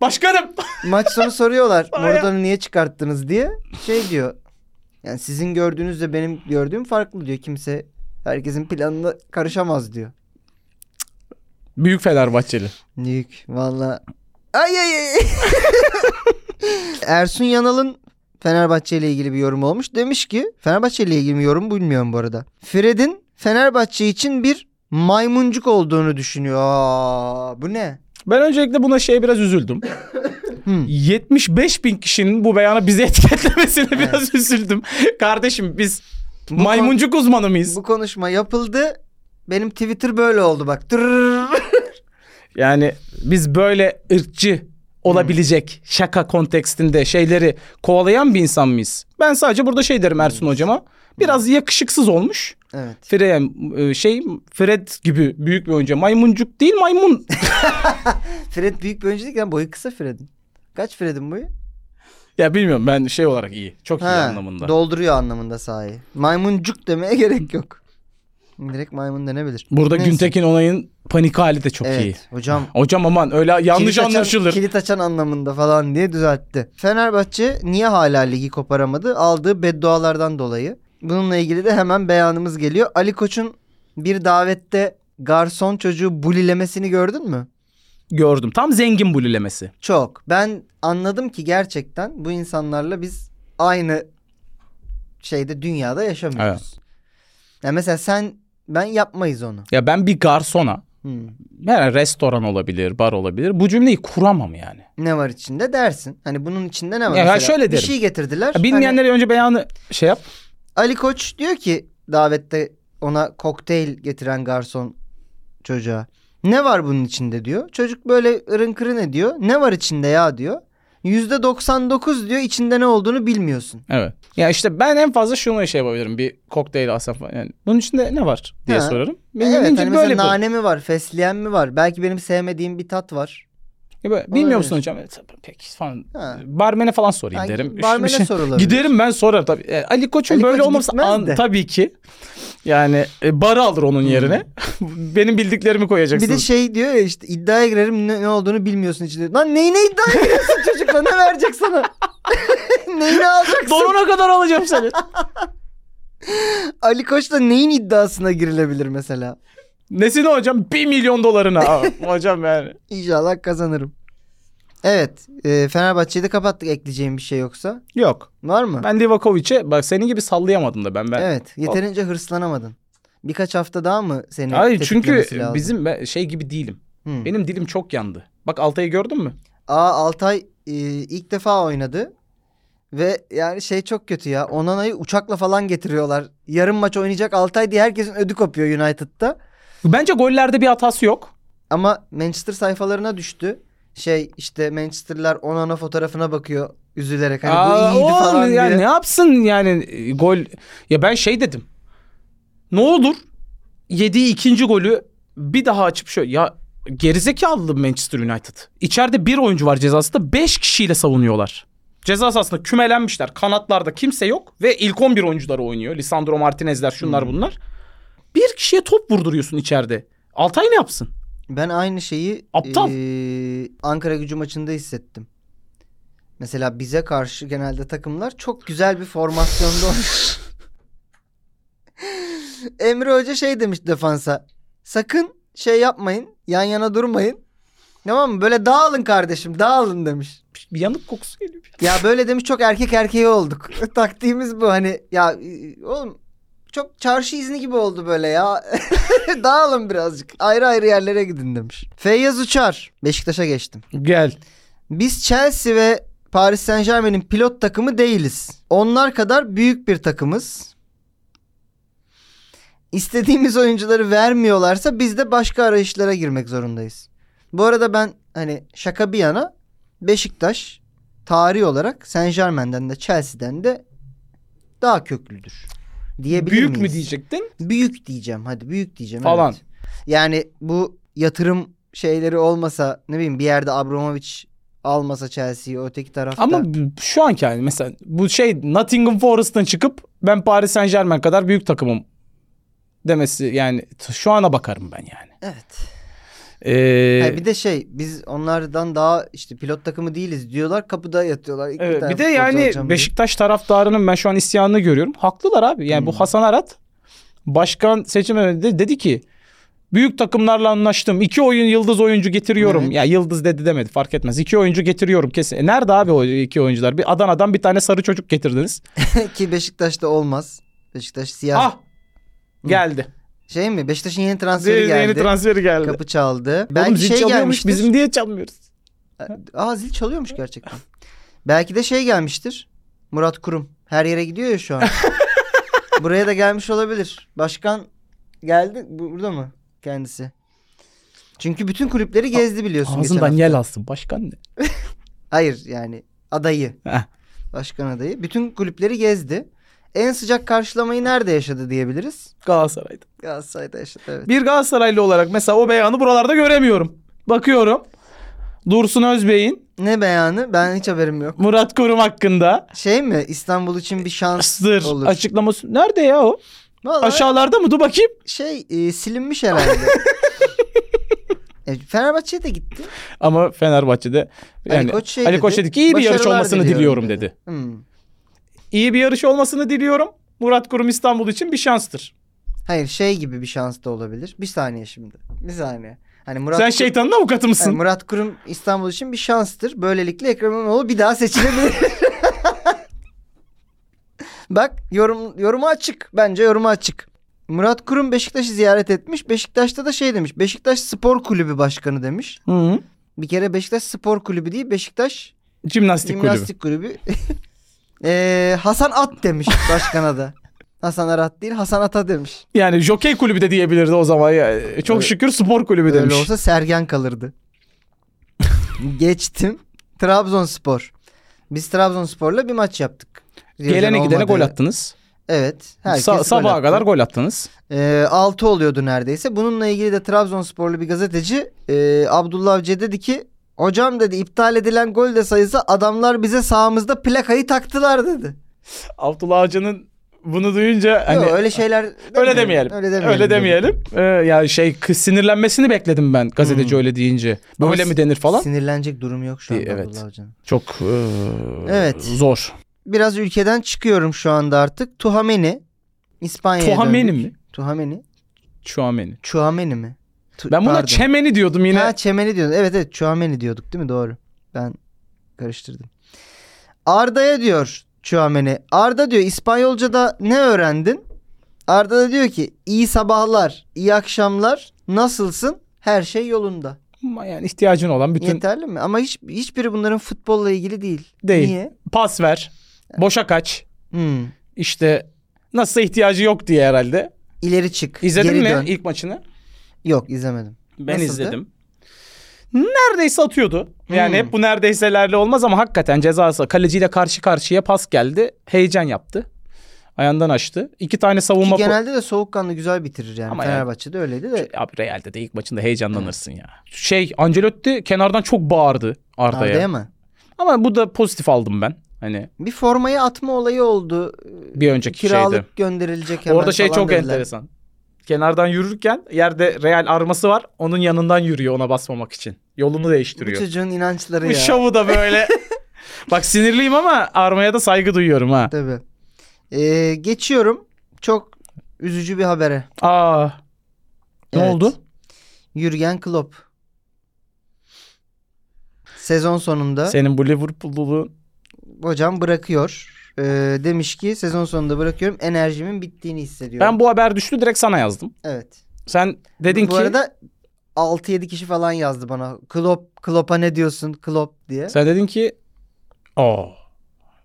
S4: Başkanım.
S3: maç sonu soruyorlar.
S4: Ay.
S3: Morutan'ı niye çıkarttınız diye. Şey diyor. Yani sizin gördüğünüzle benim gördüğüm farklı diyor. Kimse herkesin planına karışamaz diyor.
S4: Büyük Fenerbahçeli.
S3: Büyük valla. Ay ay ay. Ersun Yanal'ın Fenerbahçe ile ilgili bir yorum olmuş. Demiş ki Fenerbahçe ile ilgili bir yorum bilmiyorum bu arada. Fred'in Fenerbahçe için bir maymuncuk olduğunu düşünüyor. Aa, bu ne?
S4: Ben öncelikle buna şeye biraz üzüldüm.
S3: Hmm.
S4: 75 bin kişinin bu beyana bizi etiketlemesine biraz üzüldüm. Kardeşim biz
S3: kon-
S4: maymuncuk uzmanı mıyız?
S3: Bu konuşma yapıldı. Benim Twitter böyle oldu bak. Tırrrr.
S4: Yani biz böyle ırkçı olabilecek şaka kontekstinde şeyleri kovalayan bir insan mıyız? Ben sadece burada şey derim Ersun hocama. Biraz yakışıksız olmuş.
S3: Evet.
S4: Freye e, şey Fred gibi büyük bir oyuncu maymuncuk değil maymun.
S3: Fred büyük bir oyuncu değil ki lan. Boyu kısa Fred'in. Kaç Fred'in boyu?
S4: ya bilmiyorum ben şey olarak iyi. Çok iyi
S3: Ha,
S4: anlamında.
S3: Dolduruyor anlamında sahayı. Maymuncuk demeye gerek yok. Direkt maymun denebilir.
S4: Burada
S3: Neyse.
S4: Güntekin Onay'ın panik hali de çok
S3: evet,
S4: iyi.
S3: Hocam
S4: Hocam aman öyle yanlış
S3: kilit açan-
S4: anlaşılır.
S3: kilit açan anlamında falan diye düzeltti. Fenerbahçe niye hala ligi koparamadı? Aldığı beddualardan dolayı. Bununla ilgili de hemen beyanımız geliyor. Ali Koç'un bir davette garson çocuğu bulilemesini gördün mü?
S4: Gördüm. Tam zengin bulilemesi.
S3: Çok. Ben anladım ki gerçekten bu insanlarla biz aynı şeyde dünyada yaşamıyoruz. Ya mesela sen ben yapmayız onu.
S4: Ya ben bir garsona,
S3: Hmm.
S4: yani restoran olabilir, bar olabilir. Bu cümleyi kuramam yani.
S3: Ne var içinde dersin. Hani bunun içinde ne var?
S4: Ya ben
S3: mesela?
S4: şöyle
S3: Bir
S4: derim.
S3: şey getirdiler.
S4: Ya
S3: Hani-
S4: bilmeyenlere önce beyanı şey yap.
S3: Ali Koç diyor ki davette ona kokteyl getiren garson çocuğa. Ne var bunun içinde diyor. Çocuk böyle ırın kırın ediyor. Ne var içinde ya diyor. Yüzde 99 diyor içinde ne olduğunu bilmiyorsun.
S4: Evet. Ya işte ben en fazla şunu şey yapabilirim. Bir kokteyl alsam falan. Yani bunun içinde ne var diye
S3: Ha.
S4: sorarım. Benim
S3: Evet hani
S4: deyince
S3: mesela
S4: böyle bir-
S3: nane mi var, fesleğen mi var? Belki benim sevmediğim bir tat var.
S4: Ya böyle, bilmiyor musun
S3: Olabilir.
S4: hocam? E, tabii, Peki falan.
S3: Ha.
S4: Barmene falan sorayım
S3: Yani
S4: derim.
S3: barmene
S4: Şimdi-
S3: sorulabilir.
S4: Giderim ben sorarım tabii. E, Ali Koç'un
S3: Ali
S4: böyle
S3: Koç
S4: olması
S3: gitmez
S4: an,
S3: de.
S4: tabii ki. Yani e, barı alır onun yerine. Benim bildiklerimi koyacaksınız.
S3: Bir de şey diyor ya işte iddiaya girerim ne, ne olduğunu bilmiyorsun içinde. Lan neyine iddiaya giriyorsun çocukla ne verecek sana? neyini alacaksın?
S4: Donuna kadar alacağım seni.
S3: Ali Koç'la neyin iddiasına girilebilir mesela?
S4: Nesine hocam? 1 milyon dolarına. Aa, hocam yani.
S3: İnşallah kazanırım. Evet. E, Fenerbahçe'yi de kapattık ekleyeceğim bir şey yoksa.
S4: Yok.
S3: Var mı?
S4: Ben Livakovic'e bak senin gibi sallayamadım da ben. ben.
S3: Evet. Yeterince hırslanamadın. Birkaç hafta daha mı seni
S4: Hayır çünkü
S3: tetiklemesi lazım?
S4: bizim ben şey gibi değilim.
S3: Hı.
S4: Benim dilim çok yandı. Bak Altay'ı gördün mü?
S3: Aa Altay e, ilk defa oynadı. Ve yani şey çok kötü ya. Onana'yı uçakla falan getiriyorlar. Yarım maç oynayacak Altay diye herkesin ödü kopuyor United'da.
S4: Bence gollerde bir hatası yok.
S3: Ama Manchester sayfalarına düştü. Şey işte Manchester'lar Onana fotoğrafına bakıyor üzülerek. Hani
S4: Aa,
S3: bu iyiydi
S4: oğlum
S3: falan
S4: ya
S3: diye.
S4: ne yapsın yani e, gol ya ben şey dedim. Ne olur yediği ikinci golü bir daha açıp şöyle ya gerizekalı Manchester United. İçeride bir oyuncu var cezasında 5 kişiyle savunuyorlar. Ceza sahasında kümelenmişler. Kanatlarda kimse yok ve ilk 11 oyuncuları oynuyor. Lisandro Martinez'ler şunlar
S3: Hmm.
S4: bunlar. Bir kişiye top vurduruyorsun içeride. Altay ne yapsın?
S3: Ben aynı şeyi
S4: Aptal.
S3: eee, Ankara gücü maçında hissettim. Mesela bize karşı genelde takımlar çok güzel bir formasyonda oynuyor. Emre Hoca şey demiş defansa. Sakın şey yapmayın. Yan yana durmayın. Tamam mı? Böyle dağılın kardeşim dağılın demiş.
S4: Bir yanık kokusu geliyor.
S3: Ya böyle demiş çok erkek erkeği olduk. Taktiğimiz bu hani ya e, oğlum çok çarşı izni gibi oldu böyle ya. Dağılın birazcık. Ayrı ayrı yerlere gidin demiş. Feyyaz Uçar. Beşiktaş'a geçtim.
S4: Gel.
S3: Biz Chelsea ve Paris Saint Germain'in pilot takımı değiliz. Onlar kadar büyük bir takımız. İstediğimiz oyuncuları vermiyorlarsa biz de başka arayışlara girmek zorundayız. Bu arada ben hani şaka bir yana Beşiktaş tarih olarak Saint Germain'den de Chelsea'den de daha köklüdür. Diyebilir
S4: Büyük
S3: miyiz?
S4: mü diyecektin?
S3: Büyük diyeceğim hadi büyük diyeceğim.
S4: Falan.
S3: evet. Yani bu yatırım şeyleri olmasa ne bileyim bir yerde Abramovich almasa Chelsea'yi öteki tarafta.
S4: Ama b- şu anki yani mesela bu şey Nottingham Forest'tan çıkıp ben Paris Saint Germain kadar büyük takımım demesi yani t- şu ana bakarım ben yani.
S3: evet.
S4: Ee,
S3: Ha, bir de şey biz onlardan daha işte pilot takımı değiliz diyorlar kapıda yatıyorlar. İlk
S4: Evet,
S3: tane
S4: bir de
S3: futbolcu
S4: yani
S3: alacağım diye.
S4: Beşiktaş taraftarının ben şu an isyanını görüyorum. Haklılar abi. Yani
S3: Hmm.
S4: bu Hasan Arat başkan seçiminde dedi ki büyük takımlarla anlaştım. İki oyun yıldız oyuncu getiriyorum.
S3: Evet.
S4: Ya yıldız dedi demedi fark etmez. İki oyuncu getiriyorum kesin. E, nerede abi o iki oyuncular? Bir Adana'dan bir tane sarı çocuk getirdiniz.
S3: Ki Beşiktaş'ta olmaz. Beşiktaş siyah.
S4: Ah geldi.
S3: Şey mi? Beşiktaş'ın yeni transferi
S4: Yeni,
S3: geldi.
S4: yeni transferi geldi.
S3: Kapı çaldı.
S4: Oğlum
S3: Belki
S4: zil
S3: şey
S4: çalıyormuş
S3: gelmiştir.
S4: bizim diye çalmıyoruz.
S3: E, Aa zil çalıyormuş gerçekten. Belki de şey gelmiştir. Murat Kurum. Her yere gidiyor ya şu an. Buraya da gelmiş olabilir. Başkan geldi. Bu- Burada mı kendisi? Çünkü bütün kulüpleri gezdi biliyorsun. geçen
S4: Ağzından
S3: hafta.
S4: yel alsın başkan ne?
S3: Hayır yani adayı.
S4: Heh.
S3: Başkan adayı. Bütün kulüpleri gezdi. En sıcak karşılamayı nerede yaşadı diyebiliriz?
S4: Galatasaray'da.
S3: Galatasaray'da yaşadı. Evet.
S4: Bir Galatasaraylı olarak mesela o beyanı buralarda göremiyorum. Bakıyorum. Dursun Özbey'in
S3: Ne beyanı? Ben hiç haberim yok.
S4: Murat Kurum hakkında
S3: Şey mi? İstanbul için bir şans
S4: sır
S3: olur.
S4: açıklaması. Nerede ya o?
S3: Vallahi
S4: Aşağılarda mı? Dur bakayım.
S3: şey e, silinmiş herhalde. e, Fenerbahçe'ye de gitti.
S4: Ama Fenerbahçe'de yani Ali Koç,
S3: Koç şey dedi,
S4: dedi ki iyi bir yarış
S3: "Başarılar
S4: olmasını
S3: diliyorum,"
S4: diliyorum dedi.
S3: dedi. Hmm.
S4: İyi bir yarış olmasını diliyorum. Murat Kurum İstanbul için bir şanstır.
S3: Hayır şey gibi bir şans da olabilir. Bir saniye şimdi. Bir saniye. Hani Murat
S4: Sen şey
S3: Kur-
S4: şeytanın avukatı mısın?
S3: Hani Murat Kurum İstanbul için bir şanstır. Böylelikle Ekrem İmamoğlu bir daha seçilebilir. Bak yorum yorumu açık. Bence yorumu açık. Murat Kurum Beşiktaş'ı ziyaret etmiş. Beşiktaş'ta da şey demiş. Beşiktaş Spor Kulübü Başkanı demiş.
S4: Hı hı.
S3: Bir kere Beşiktaş Spor Kulübü değil Beşiktaş
S4: Jimnastik, kulübü.
S3: Jimnastik kulübü. Ee, Hasan At demiş başkana da. Hasan Arat değil Hasan Ata demiş.
S4: Yani jokey kulübü de diyebilirdi o zaman. Ya. Çok
S3: Öyle-
S4: şükür spor kulübü
S3: Öyle
S4: demiş.
S3: olsa Sergen kalırdı. Geçtim. Trabzonspor. Biz Trabzonspor'la bir maç yaptık.
S4: Gelene gidene
S3: Olmadı.
S4: gol attınız.
S3: Evet. herkes
S4: Sa-
S3: gol
S4: sabaha
S3: attı.
S4: kadar gol attınız.
S3: Ee, 6 oluyordu neredeyse. Bununla ilgili de Trabzonsporlu bir gazeteci e, Abdullah Avcı dedi ki Hocam dedi iptal edilen gol de sayısı adamlar bize sahamızda plakayı taktılar dedi.
S4: Abdullah Avcı'nın bunu duyunca hani
S3: Yok, öyle şeyler
S4: öyle demeyelim.
S3: Öyle demeyelim.
S4: Öyle demeyelim. Ee, ya şey kı- sinirlenmesini bekledim ben gazeteci
S3: Hmm.
S4: öyle deyince.
S3: Ama
S4: Böyle
S3: si-
S4: mi denir falan?
S3: Sinirlenecek durum yok şu
S4: Bir-
S3: anda
S4: evet.
S3: Abdullah Avcı'nın.
S4: Çok ee,
S3: Evet.
S4: zor.
S3: Biraz ülkeden çıkıyorum şu anda artık. Tuhameni. İspanya'ya
S4: Tuhameni
S3: döndük.
S4: mi?
S3: Tuhameni.
S4: Çuameni.
S3: Chuameni mi? Tu-
S4: Ben buna
S3: Pardon.
S4: çemeni diyordum yine.
S3: Ha çemeni diyordun. Evet evet Chuameni diyorduk değil mi? Doğru. Ben karıştırdım. Arda'ya diyor Chuameni. Arda diyor İspanyolca'da ne öğrendin? Arda da diyor ki iyi sabahlar, iyi akşamlar, nasılsın? Her şey yolunda.
S4: Ama yani ihtiyacın olan bütün
S3: Yeterli mi? Ama hiç hiçbiri bunların futbolla ilgili değil.
S4: Değil.
S3: Niye?
S4: pas ver, boşa kaç.
S3: Hmm.
S4: İşte nasılsa ihtiyacı yok diye herhalde.
S3: İleri çık.
S4: İzledin
S3: geri
S4: mi
S3: dön.
S4: ilk maçını?
S3: Yok izlemedim.
S4: Ben
S3: Nasıldı?
S4: izledim. Neredeyse atıyordu. Yani
S3: Hmm.
S4: hep bu neredeyselerle olmaz ama hakikaten cezası kaleciyle karşı karşıya pas geldi. Heyecan yaptı. Ayağından açtı. İki tane
S3: Ki
S4: savunma
S3: genelde de soğukkanlı güzel bitirir yani.
S4: Ama yani-
S3: Fenerbahçe'de öyleydi de.
S4: Abi Real'de de ilk maçında heyecanlanırsın ya. Şey Ancelotti kenardan çok bağırdı Arda'ya.
S3: Arda'ya mı?
S4: Ama bu da pozitif aldım ben. Hani
S3: Bir formaya atma olayı oldu.
S4: bir önceki
S3: Kiralık
S4: şeyde.
S3: gönderilecek hemen
S4: Orada şey
S3: falan
S4: çok
S3: dediler.
S4: enteresan. Kenardan yürürken yerde Real arması var. Onun yanından yürüyor ona basmamak için. Yolunu
S3: Bu
S4: değiştiriyor.
S3: çocuğun inançları
S4: Bu
S3: ya.
S4: şovu da böyle. Bak sinirliyim ama armaya da saygı duyuyorum ha.
S3: Tabii. Ee, geçiyorum. Çok üzücü bir habere.
S4: Aa. Ne
S3: Evet.
S4: oldu?
S3: Jürgen Klopp. Sezon sonunda
S4: Senin bu Liverpool'luluğun.
S3: hocam bırakıyor. Ee, demiş ki sezon sonunda bırakıyorum. Enerjimin bittiğini hissediyorum.
S4: Ben bu haber düştü direkt sana yazdım.
S3: Evet.
S4: Sen dedin
S3: bu
S4: ki
S3: arada 6-7 kişi falan yazdı bana. Klopp, Klopp'a ne diyorsun? Klopp diye.
S4: sen dedin ki aa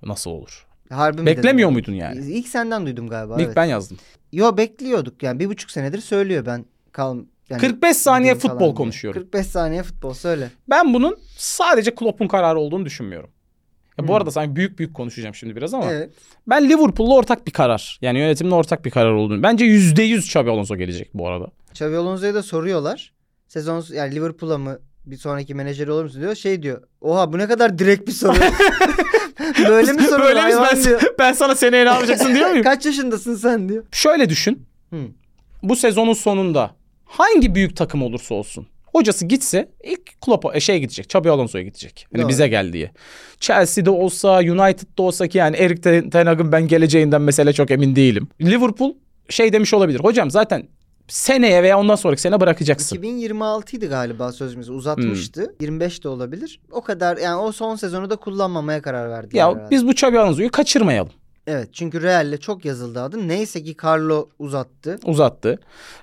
S4: nasıl olur?
S3: Harbi mi
S4: Beklemiyor
S3: dedim?
S4: muydun yani?
S3: İlk senden duydum galiba.
S4: İlk
S3: evet.
S4: ben yazdım.
S3: Yo bekliyorduk yani bir buçuk senedir söylüyor ben kal. Yani
S4: 45 saniye
S3: gideyim Hani falan
S4: futbol
S3: diye.
S4: konuşuyorum.
S3: 45 saniye futbol söyle.
S4: Ben bunun sadece Klopp'un kararı olduğunu düşünmüyorum. Ya bu
S3: Hmm.
S4: arada sanki büyük büyük konuşacağım şimdi biraz ama.
S3: Evet.
S4: Ben Liverpool'la ortak bir karar. Yani yönetimle ortak bir karar olduğunu. Bence %100 Xabi Alonso gelecek bu arada.
S3: Xabi Alonso'ya da soruyorlar. Sezon yani Liverpool'a mı bir sonraki menajeri olur musun diyor. Şey diyor. Oha bu ne kadar direkt bir soru. Böyle mi soru?
S4: Böyle mi?
S3: Hayvan
S4: Ben,
S3: diyor.
S4: ben sana seneye ne yapacaksın diyor muyum?
S3: Kaç yaşındasın sen diyor.
S4: Şöyle düşün.
S3: Hı.
S4: Bu sezonun sonunda hangi büyük takım olursa olsun hocası gitse ilk Klopp'a e, şeye gidecek. Xabi Alonso'ya gidecek. Hani
S3: Doğru.
S4: bize gel diye. Chelsea'de olsa, United'da olsa ki yani Erik Ten Ten Hag'ın ben geleceğinden mesele çok emin değilim. Liverpool şey demiş olabilir. Hocam zaten seneye veya ondan sonraki sene bırakacaksın.
S3: 2026 idi galiba sözümüz uzatmıştı. 25 de olabilir. O kadar yani o son sezonu da kullanmamaya karar verdiler.
S4: Ya
S3: herhalde.
S4: biz bu Xabi Alonso'yu kaçırmayalım.
S3: Evet çünkü Real'le çok yazıldı adı. Neyse ki Carlo uzattı.
S4: Uzattı.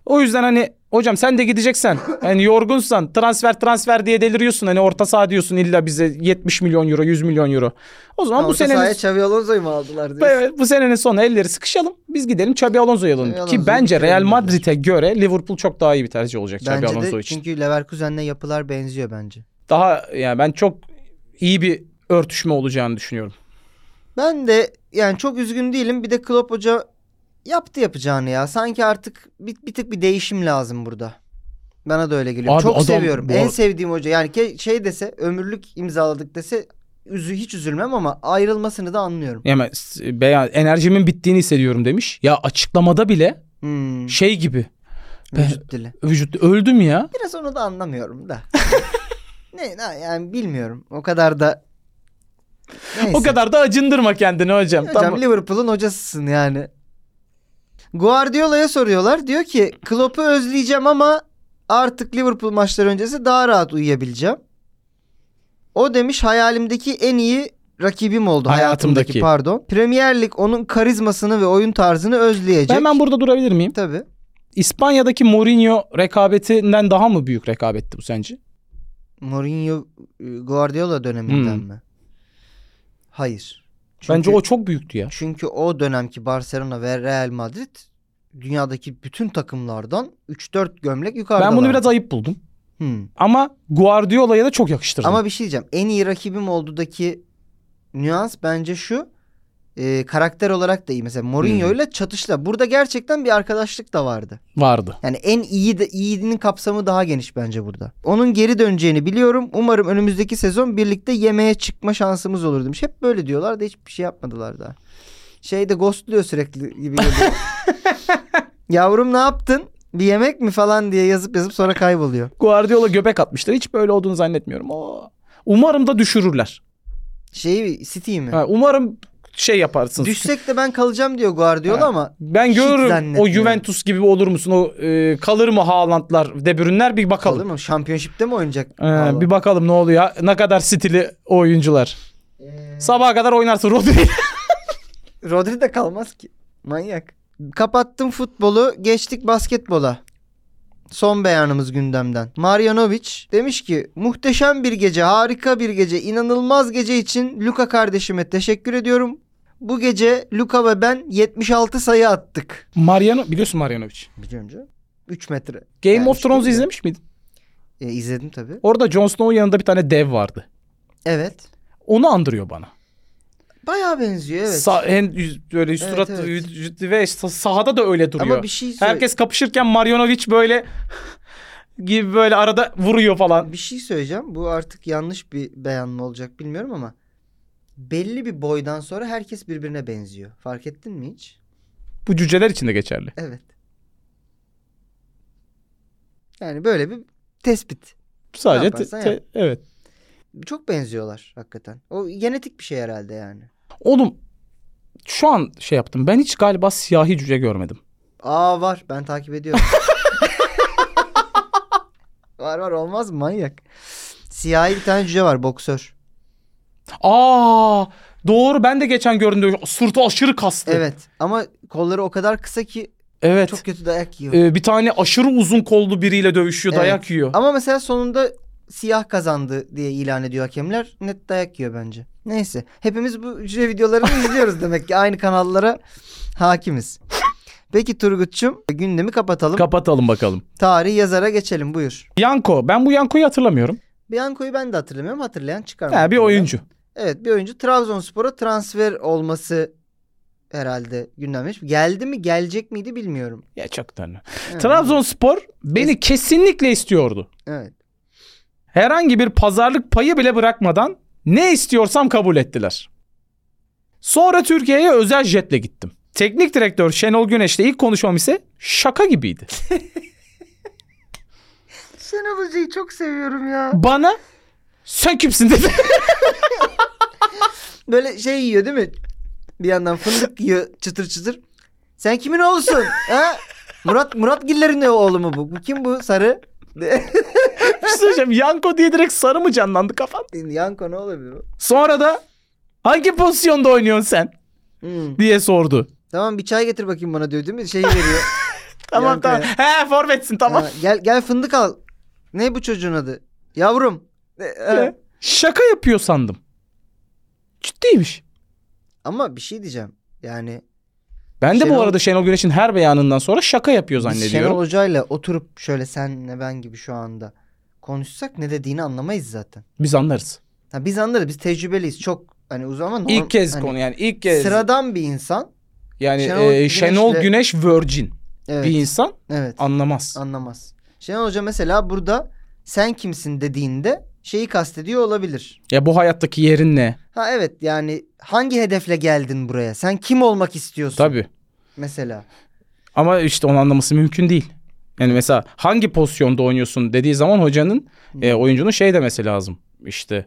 S4: O yüzden hani hocam sen de gideceksen hani yorgunsan transfer transfer diye deliriyorsun. Hani orta saha diyorsun illa bize 70 milyon euro 100 milyon euro. O zaman
S3: Ama
S4: bu
S3: bu sene
S4: senenin
S3: sahaya Xavi Alonso'yu mu aldılar diye.
S4: Evet, bu senenin sonu elleri sıkışalım. Biz gidelim Xabi Alonso'ya alalım.
S3: Xabi
S4: Ki
S3: Alonso'yu
S4: bence Real
S3: bitirelim
S4: Madrid'e göre Liverpool çok daha iyi bir tercih olacak Xabi
S3: Bence
S4: Alonso
S3: de
S4: için.
S3: çünkü Leverkusen'le yapılar benziyor bence.
S4: Daha yani ben çok iyi bir örtüşme olacağını düşünüyorum.
S3: Ben de yani çok üzgün değilim. Bir de Klopp Hoca yaptı yapacağını ya. Sanki artık bir, bir tık bir değişim lazım burada. Bana da öyle geliyor.
S4: Abi
S3: çok
S4: adam
S3: seviyorum.
S4: bu
S3: En
S4: ar-
S3: sevdiğim hoca. Yani ke- şey dese ömürlük imzaladık dese üzü hiç üzülmem ama ayrılmasını da anlıyorum.
S4: Yani s- beyan enerjimin bittiğini hissediyorum demiş. Ya açıklamada bile
S3: Hmm,
S4: şey gibi
S3: vücut dili.
S4: vücut öldüm ya.
S3: Biraz onu da anlamıyorum da. ne, ne yani bilmiyorum. O kadar da Neyse.
S4: O kadar da acındırma kendini hocam.
S3: Hocam
S4: tamam.
S3: Liverpool'un hocasısın yani. Guardiola'ya soruyorlar. Diyor ki Klopp'u özleyeceğim ama artık Liverpool maçları öncesi daha rahat uyuyabileceğim. O demiş hayalimdeki en iyi rakibim oldu hayatımdaki,
S4: Hayatımdaki.
S3: pardon. Premier Lig onun karizmasını ve oyun tarzını özleyecek.
S4: Ben, ben burada durabilir miyim?
S3: Tabii.
S4: İspanya'daki Mourinho rekabetinden daha mı büyük rekabetti bu sence?
S3: Mourinho e, Guardiola döneminden
S4: Hmm.
S3: mi? Hayır.
S4: Bence o çok büyüktü ya.
S3: Çünkü o dönemki Barcelona ve Real Madrid dünyadaki bütün takımlardan 3-4 gömlek yukarıda.
S4: Ben bunu biraz ayıp buldum.
S3: Hmm.
S4: Ama Guardiola'ya da çok yakıştırdım.
S3: Ama bir şey diyeceğim. En iyi rakibim oldudaki nüans bence şu. e, karakter olarak da iyi. Mesela Mourinho
S4: Hmm.
S3: ile çatışla. Burada gerçekten bir arkadaşlık da vardı.
S4: vardı.
S3: Yani en iyi de iyinin kapsamı daha geniş bence burada. Onun geri döneceğini biliyorum. Umarım önümüzdeki sezon birlikte yemeğe çıkma şansımız olur demiş. Hep böyle diyorlar da hiçbir şey yapmadılar daha. Şey Şeyde ghostluyor sürekli gibi geliyor. Yavrum ne yaptın? Bir yemek mi falan diye yazıp yazıp sonra kayboluyor.
S4: Guardiola göbek atmışlar. Hiç böyle olduğunu zannetmiyorum. Oo. Umarım da düşürürler.
S3: Şeyi City mi?
S4: Ha, umarım şey yaparsınız.
S3: Düşsek de ben kalacağım diyor Guardiola
S4: Ha.
S3: ama
S4: ben
S3: Hiç
S4: görürüm o
S3: zannetmiyorum.
S4: Juventus gibi olur musun? O e, kalır mı Haaland'lar, De Bruyne'ler bir
S3: kalır
S4: bakalım.
S3: mı? Şampiyonşipte mi oynayacak?
S4: Ee,
S3: Vallahi.
S4: bir bakalım ne oluyor. Ne kadar stili oyuncular. Sabaha kadar oynarsın Rodri.
S3: Rodri de kalmaz ki. Manyak. Kapattım futbolu, geçtik basketbola. Son beyanımız gündemden. Marjanovic demiş ki muhteşem bir gece, harika bir gece, inanılmaz gece için Luka kardeşime teşekkür ediyorum. Bu gece Luka ve ben 76 sayı attık.
S4: Mariano biliyorsun Marjanovic.
S3: Biliyorum canım. 3 metre.
S4: Game
S3: Yani
S4: of
S3: işte
S4: Thrones'u
S3: ya.
S4: izlemiş miydin?
S3: E, izledim tabii.
S4: Orada Jon Snow'un yanında bir tane dev vardı.
S3: Evet.
S4: Onu andırıyor bana.
S3: Bayağı benziyor evet.
S4: Sa- en yüz- böyle
S3: Evet,
S4: surat
S3: evet.
S4: yüz- ve sa- sahada da öyle duruyor.
S3: Ama bir şey söyle-
S4: Herkes kapışırken Marjanovic böyle gibi böyle arada vuruyor falan.
S3: Bir şey söyleyeceğim. Bu artık yanlış bir beyan mı olacak bilmiyorum ama belli bir boydan sonra herkes birbirine benziyor. Fark ettin mi hiç?
S4: Bu cüceler için de geçerli.
S3: Evet. Yani böyle bir tespit.
S4: Sadece
S3: yaparsan
S4: te- te-
S3: yap.
S4: evet.
S3: Çok benziyorlar hakikaten. O genetik bir şey herhalde yani.
S4: Oğlum şu an şey yaptım. Ben hiç galiba siyahi cüce görmedim.
S3: Aa var. Ben takip ediyorum. var var olmaz mı manyak. Siyahi bir tane cüce var boksör.
S4: Aa doğru ben de geçen gördüm. Sırtı aşırı kaslı.
S3: Evet ama kolları o kadar kısa ki
S4: Evet.
S3: çok kötü dayak yiyor.
S4: Ee, bir tane aşırı uzun kollu biriyle dövüşüyor,
S3: Evet.
S4: dayak yiyor.
S3: Ama mesela sonunda siyah kazandı diye ilan ediyor hakemler. Net dayak yiyor bence. Neyse. Hepimiz bu cüce videolarını izliyoruz demek ki. Aynı kanallara hakimiz. Peki Turgut'cum gündemi kapatalım.
S4: Kapatalım bakalım.
S3: Tarih yazara geçelim buyur.
S4: Yanko. Ben bu Yanko'yu hatırlamıyorum.
S3: Bianco'yu ben de hatırlamıyorum. Hatırlayan çıkar.
S4: Ha, bir
S3: muhtemelen.
S4: oyuncu.
S3: Evet bir oyuncu. Trabzonspor'a transfer olması herhalde gündemmiş. Geldi mi gelecek miydi bilmiyorum.
S4: Ya çok tanrı.
S3: Evet.
S4: Trabzonspor beni kesinlikle istiyordu.
S3: Evet.
S4: Herhangi bir pazarlık payı bile bırakmadan ne istiyorsam kabul ettiler. Sonra Türkiye'ye özel jetle gittim. Teknik direktör Şenol Güneş'le ilk konuşmam ise şaka gibiydi.
S3: Şenol Hoca'yı çok seviyorum ya.
S4: Bana sen kimsin dedi.
S3: Böyle şey yiyor değil mi? Bir yandan fındık yiyor çıtır çıtır. Sen kimin oğlusun? ha? Murat Murat Giller'in de oğlu mu bu? Bu kim bu sarı?
S4: Bir şey söyleyeceğim. Yanko diye direkt sarı mı canlandı kafan?
S3: Yanko ne olabilir o?
S4: Sonra da hangi pozisyonda oynuyorsun sen
S3: Hmm.
S4: diye sordu.
S3: Tamam bir çay getir bakayım bana diyor değil mi? Şeyi veriyor.
S4: Tamam
S3: Yanko
S4: tamam. He forvetsin tamam.
S3: Ha, gel gel fındık al. Ne bu çocuğun adı? Yavrum. E, ha.
S4: Şaka yapıyor sandım. Ciddiymiş.
S3: Ama bir şey diyeceğim. Yani
S4: Ben de
S3: Şenol-
S4: bu arada Şenol Güneş'in her beyanından sonra şaka yapıyor
S3: biz
S4: zannediyorum.
S3: Şenol Hoca'yla oturup şöyle senle ben gibi şu anda konuşsak ne dediğini anlamayız zaten.
S4: Biz anlarız.
S3: Ha, biz anlarız. Biz tecrübeliyiz. Çok hani uzun ama norm-
S4: İlk kez
S3: hani
S4: konu yani ilk kez.
S3: Sıradan bir insan.
S4: yani
S3: Şenol
S4: Şenol,
S3: Güneş'le-
S4: Şenol Güneş virgin
S3: Evet.
S4: bir insan
S3: evet.
S4: anlamaz.
S3: anlamaz. Şenol Hoca mesela burada sen kimsin dediğinde şeyi kastediyor olabilir.
S4: ya bu hayattaki yerin ne?
S3: Ha evet yani hangi hedefle geldin buraya? Sen kim olmak istiyorsun?
S4: Tabii.
S3: Mesela.
S4: Ama işte onu anlaması mümkün değil. Yani mesela hangi pozisyonda oynuyorsun dediği zaman hocanın e, oyuncunun şey demesi lazım. İşte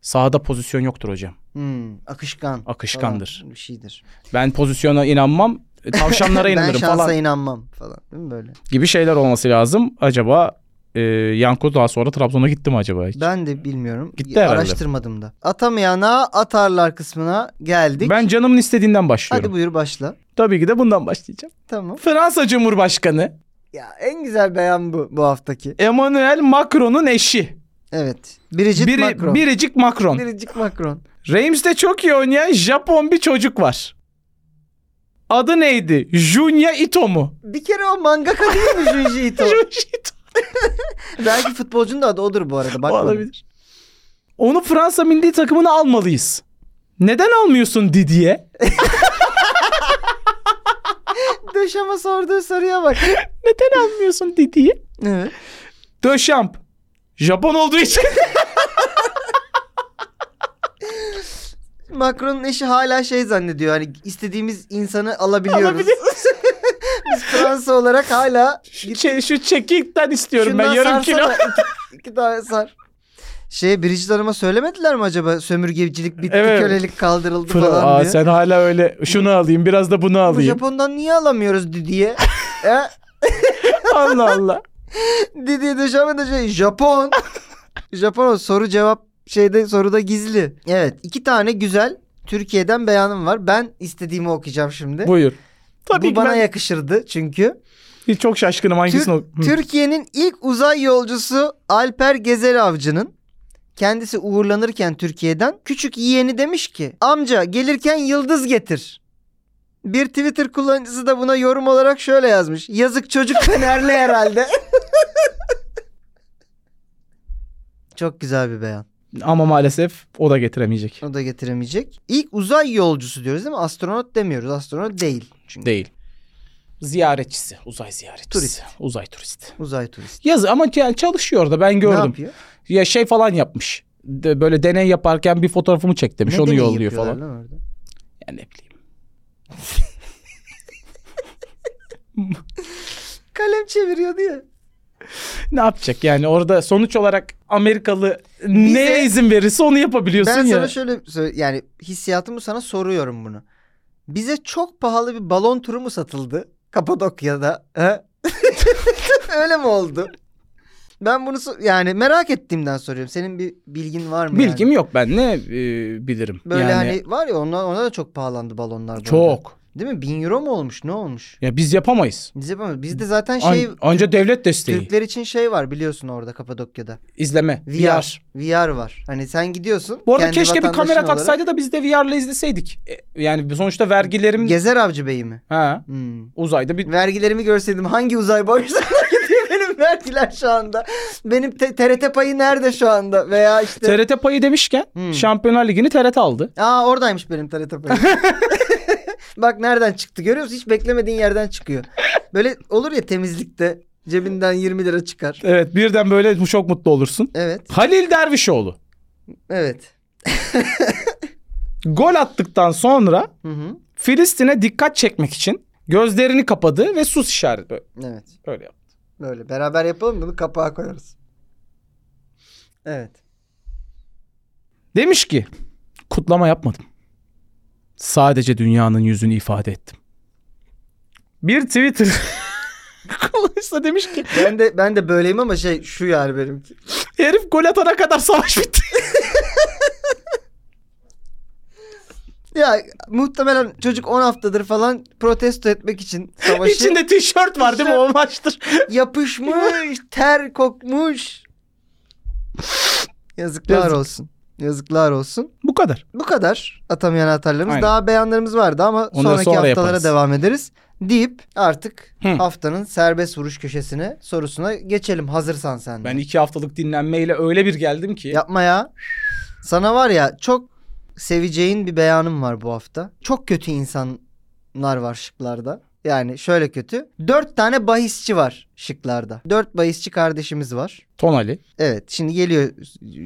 S4: sahada pozisyon yoktur hocam.
S3: Hmm, akışkan.
S4: Akışkandır.
S3: falan bir şeydir.
S4: Ben pozisyona inanmam, e, tavşanlara
S3: ben
S4: inanırım
S3: şansa
S4: falan
S3: inanmam falan. Değil mi böyle?
S4: gibi şeyler olması lazım. Acaba e, Yanko daha sonra Trabzon'a gitti mi acaba hiç?
S3: Ben de bilmiyorum.
S4: Gitti herhalde.
S3: Araştırmadım da. Atamayana atarlar kısmına geldik.
S4: Ben canımın istediğinden başlıyorum.
S3: Hadi buyur başla.
S4: Tabii ki de bundan başlayacağım.
S3: Tamam.
S4: Fransa Cumhurbaşkanı
S3: Ya en güzel beyan bu bu haftaki.
S4: Emmanuel Macron'un eşi.
S3: Evet. Biricik
S4: Biri-
S3: Macron.
S4: Biricik Macron.
S3: Biricik Macron.
S4: Reims'te çok iyi oynayan Japon bir çocuk var. Adı neydi? Junya Ito mu?
S3: Bir kere o mangaka değil mi Junji Ito?
S4: Junji Ito
S3: Belki futbolcunun da adı odur bu arada. Bak
S4: olabilir. Onu Fransa milli takımına almalıyız. Neden almıyorsun Didier?
S3: Döşeme sorduğu soruya bak.
S4: Neden almıyorsun Didier?
S3: evet.
S4: Döşamp. Japon olduğu için.
S3: Macron'un eşi hala şey zannediyor. Hani istediğimiz insanı alabiliyoruz.
S4: Alabiliyoruz.
S3: Biz Fransa olarak hala
S4: Şey, şu çekikten istiyorum ben yarım kilo.
S3: sarsana. İki, iki tane sar. Şey Bridget Hanım'a söylemediler mi acaba sömürgecilik bitti
S4: Evet.
S3: kölelik kaldırıldı
S4: Fıra-
S3: falan
S4: Aa,
S3: diye.
S4: sen hala öyle şunu alayım biraz da bunu
S3: Bu
S4: alayım.
S3: Japon'dan niye alamıyoruz Didi'ye? e?
S4: Allah Allah.
S3: Didi'ye döşeme de şey Japon. Japon o soru cevap şeyde soruda gizli. Evet iki tane güzel Türkiye'den beyanım var. Ben istediğimi okuyacağım şimdi. Bu,
S4: Buyur. Tabii ki
S3: bana
S4: ben
S3: yakışırdı çünkü.
S4: çok şaşkınım hangisini
S3: Tür-
S4: ok- Hı.
S3: Türkiye'nin ilk uzay yolcusu Alper Gezer Avcı'nın kendisi uğurlanırken Türkiye'den küçük yeğeni demiş ki amca gelirken yıldız getir. Bir Twitter kullanıcısı da buna yorum olarak şöyle yazmış. Yazık çocuk fenerli herhalde. Çok güzel bir beyan.
S4: Ama maalesef o da getiremeyecek.
S3: Onu da getiremeyecek. İlk uzay yolcusu diyoruz değil mi? Astronot demiyoruz. Astronot değil. Çünkü
S4: Değil. Ziyaretçisi, uzay ziyaretçisi.
S3: Turist.
S4: Uzay turisti.
S3: uzay turisti.
S4: Yazı ama yani çalışıyor da ben
S3: Ne
S4: gördüm.
S3: yapıyor?
S4: Ya şey falan yapmış. De- böyle deney yaparken bir fotoğrafımı çek demiş.
S3: Ne
S4: onu
S3: deney
S4: yolluyor
S3: yapıyorlar
S4: falan.
S3: lan orada?
S4: Yani ne bileyim.
S3: Kalem çeviriyor diye.
S4: Ne yapacak yani orada sonuç olarak Amerikalı neye izin verirse onu yapabiliyorsun
S3: Ben
S4: ya.
S3: sana şöyle söyle- yani hissiyatımı sana soruyorum bunu. Bize çok pahalı bir balon turu mu satıldı Kapadokya'da? He? Öyle mi oldu? Ben bunu so- yani merak ettiğimden soruyorum. Senin bir bilgin var mı?
S4: Bilgim
S3: yani?
S4: yok ben ne e, bilirim.
S3: Böyle
S4: yani
S3: hani var ya ona, ona da çok pahalandı balonlar. bu arada.
S4: çok.
S3: Değil mi? 1000 euro mu olmuş? Ne olmuş?
S4: Ya biz yapamayız.
S3: Biz yapamıyoruz. Bizde zaten
S4: An-
S3: şey
S4: anca devlet desteği.
S3: Türkler için şey var biliyorsun orada Kapadokya'da.
S4: İzleme.
S3: VR.
S4: VR.
S3: VR var. Hani sen gidiyorsun.
S4: Bu arada
S3: kendi
S4: keşke bir
S3: vatandaşın
S4: kamera
S3: olarak.
S4: taksaydı da biz de VR'la izleseydik. E, Yani sonuçta vergilerim
S3: Gezer Avcı Bey'i mi?
S4: ha,
S3: Hmm.
S4: uzayda bir
S3: Vergilerimi görseydim hangi uzay boyutlarına gidiyor benim vergiler şu anda? Benim te- TRT payı nerede şu anda? Veya işte...
S4: TRT payı demişken
S3: Hmm.
S4: Şampiyonlar Ligi'ni TRT aldı.
S3: Aa oradaymış benim TRT payı. Bak nereden çıktı görüyor musun? Hiç beklemediğin yerden çıkıyor. Böyle olur ya temizlikte Cebinden 20 lira çıkar.
S4: Evet birden böyle bu çok mutlu olursun.
S3: Evet.
S4: Halil Dervişoğlu
S3: Evet.
S4: gol attıktan sonra
S3: Hı hı.
S4: Filistin'e dikkat çekmek için gözlerini kapadı ve sus işareti böyle,
S3: Evet.
S4: böyle yaptı.
S3: Böyle beraber yapalım bunu kapağa koyarız. Evet.
S4: Demiş ki kutlama yapmadım. Sadece dünyanın yüzünü ifade ettim. Bir Twitter kullanıcısı demiş ki
S3: Ben de ben de böyleyim ama şey şu yer benimki.
S4: herif gol atana kadar savaş bitti.
S3: Ya muhtemelen çocuk 10 haftadır falan protesto etmek için savaşı
S4: İçinde tişört var değil mi? O maçtır.
S3: yapışmış, ter kokmuş. Yazıklar
S4: Yazık.
S3: olsun. Yazıklar olsun.
S4: Bu kadar.
S3: Bu kadar atamayan atarlarımız.
S4: Aynen.
S3: Daha beyanlarımız vardı ama
S4: Onları
S3: sonraki
S4: sonra
S3: haftalara
S4: yaparız.
S3: devam ederiz. Deyip artık
S4: Hı.
S3: haftanın serbest vuruş köşesine sorusuna geçelim hazırsan sen. de.
S4: Ben iki haftalık dinlenmeyle öyle bir geldim ki.
S3: Yapma ya. Sana var ya çok seveceğin bir beyanım var bu hafta. Çok kötü insanlar var şıklarda. Yani şöyle kötü. Dört tane bahisçi var şıklarda. Dört bahisçi kardeşimiz var.
S4: Tonali.
S3: Evet şimdi geliyor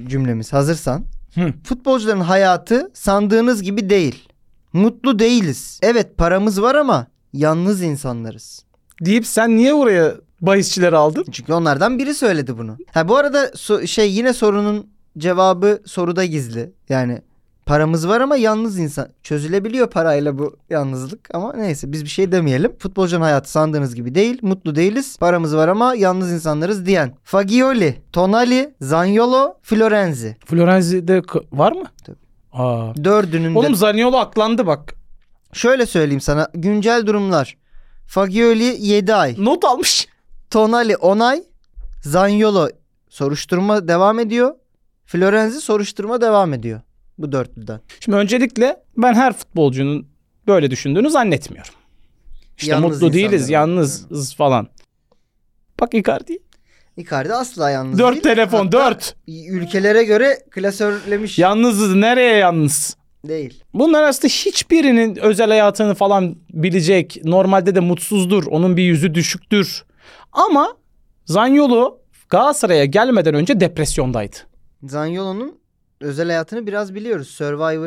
S3: cümlemiz hazırsan.
S4: Hı.
S3: Futbolcuların hayatı sandığınız gibi değil. Mutlu değiliz. Evet paramız var ama yalnız insanlarız.
S4: Deyip sen niye oraya bahisçileri aldın?
S3: Çünkü onlardan biri söyledi bunu. Ha bu arada so- şey yine sorunun cevabı soruda gizli. Yani paramız var ama yalnız insan çözülebiliyor parayla bu yalnızlık ama neyse biz bir şey demeyelim. Futbolcunun hayatı sandığınız gibi değil. Mutlu değiliz. Paramız var ama yalnız insanlarız diyen. Fagioli, Tonali, Zaniolo, Florenzi.
S4: Florenzi'de k- var mı?
S3: Tabii.
S4: Aa.
S3: Dördünün de
S4: Oğlum Zaniolo aklandı bak.
S3: şöyle söyleyeyim sana güncel durumlar. Fagioli 7 ay.
S4: Not almış.
S3: Tonali onay. Zanyolo soruşturma devam ediyor. Florenzi soruşturma devam ediyor. Bu dörtlüden.
S4: Şimdi öncelikle ben her futbolcunun böyle düşündüğünü zannetmiyorum. İşte
S3: Yalnız
S4: mutlu değiliz,
S3: insanlar
S4: yalnızız falan. Bak Icardi.
S3: Icardi asla yalnız
S4: Dört
S3: değil.
S4: telefon,
S3: Hatta
S4: dört.
S3: Ülkelere göre klasörlemiş
S4: Yalnızız, nereye yalnız?
S3: değil.
S4: Bunlar arasında hiçbirinin özel hayatını falan bilecek. Normalde de mutsuzdur. Onun bir yüzü düşüktür. Ama Zanyolu Galatasaray'a gelmeden önce depresyondaydı.
S3: Zanyolo'nun özel hayatını biraz biliyoruz.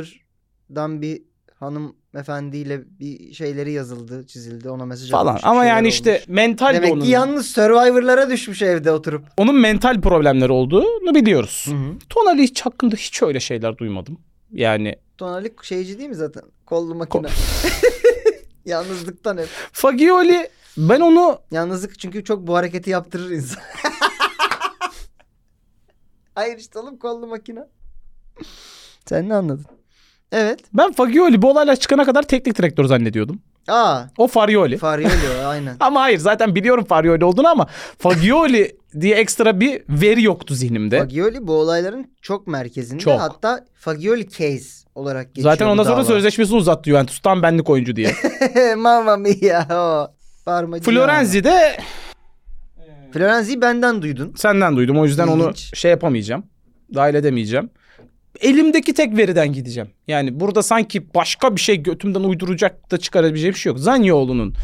S3: Survivor'dan bir hanım efendiyle bir şeyleri yazıldı, çizildi. Ona mesaj
S4: Falan.
S3: atmış, bir
S4: Ama
S3: şeyler
S4: yani
S3: olmuş.
S4: işte mental de
S3: Demek
S4: onun.
S3: ki yalnız Survivor'lara düşmüş evde oturup.
S4: Onun mental problemleri olduğunu biliyoruz. Tonali hiç hakkında hiç öyle şeyler duymadım. Yani
S3: Tonali şeyci değil mi zaten? Kollu makine. Yalnızlıktan hep.
S4: Fagioli ben onu
S3: Yalnızlık çünkü çok bu hareketi yaptırır insan. Hayır işte oğlum kollu makine. Sen ne anladın? Evet.
S4: ben Fagioli bu olaylar çıkana kadar teknik direktör zannediyordum.
S3: Aa.
S4: O Farioli.
S3: Farioli aynen.
S4: ama hayır zaten biliyorum Farioli olduğunu ama Fagioli diye ekstra bir veri yoktu zihnimde.
S3: Fagioli bu olayların çok merkezinde.
S4: Çok.
S3: Hatta Fagioli case olarak geçiyor.
S4: Zaten ondan
S3: bu
S4: sonra
S3: dava.
S4: sözleşmesini uzattı Juventus. Tam benlik oyuncu diye.
S3: Mamma mia o. Parmacı
S4: Florenzi de
S3: yani. Florenzi'yi benden duydun.
S4: senden duydum. O yüzden onu
S3: İlginç.
S4: şey yapamayacağım. Dahil edemeyeceğim. Elimdeki tek veriden gideceğim. Yani burada sanki başka bir şey götümden uyduracak da çıkarabileceğim bir şey yok. Zaniolo'nun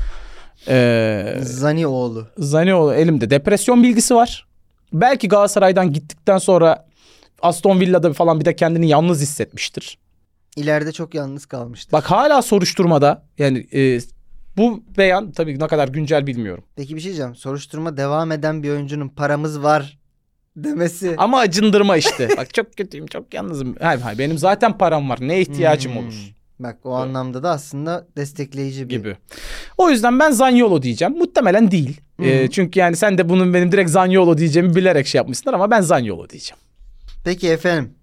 S4: eee
S3: Zani oğlu.
S4: Zaniolo elimde depresyon bilgisi var. Belki Galatasaray'dan gittikten sonra Aston Villa'da falan bir de kendini yalnız hissetmiştir.
S3: İleride çok yalnız kalmıştı.
S4: Bak hala soruşturmada yani e, bu beyan tabii ne kadar güncel bilmiyorum.
S3: Peki bir şey diyeceğim. Soruşturma devam eden bir oyuncunun paramız var demesi.
S4: Ama acındırma işte. Bak çok kötüyüm çok yalnızım. Hayır hayır benim zaten param var ne ihtiyacım
S3: Hmm.
S4: olur
S3: Bak o anlamda da aslında destekleyici bir.
S4: gibi. O yüzden ben Zaniolo diyeceğim. Muhtemelen değil. E,
S3: Hı.
S4: çünkü yani sen de bunun benim direkt Zaniolo diyeceğimi bilerek şey yapmışsınlar ama ben Zaniolo diyeceğim.
S3: Peki efendim.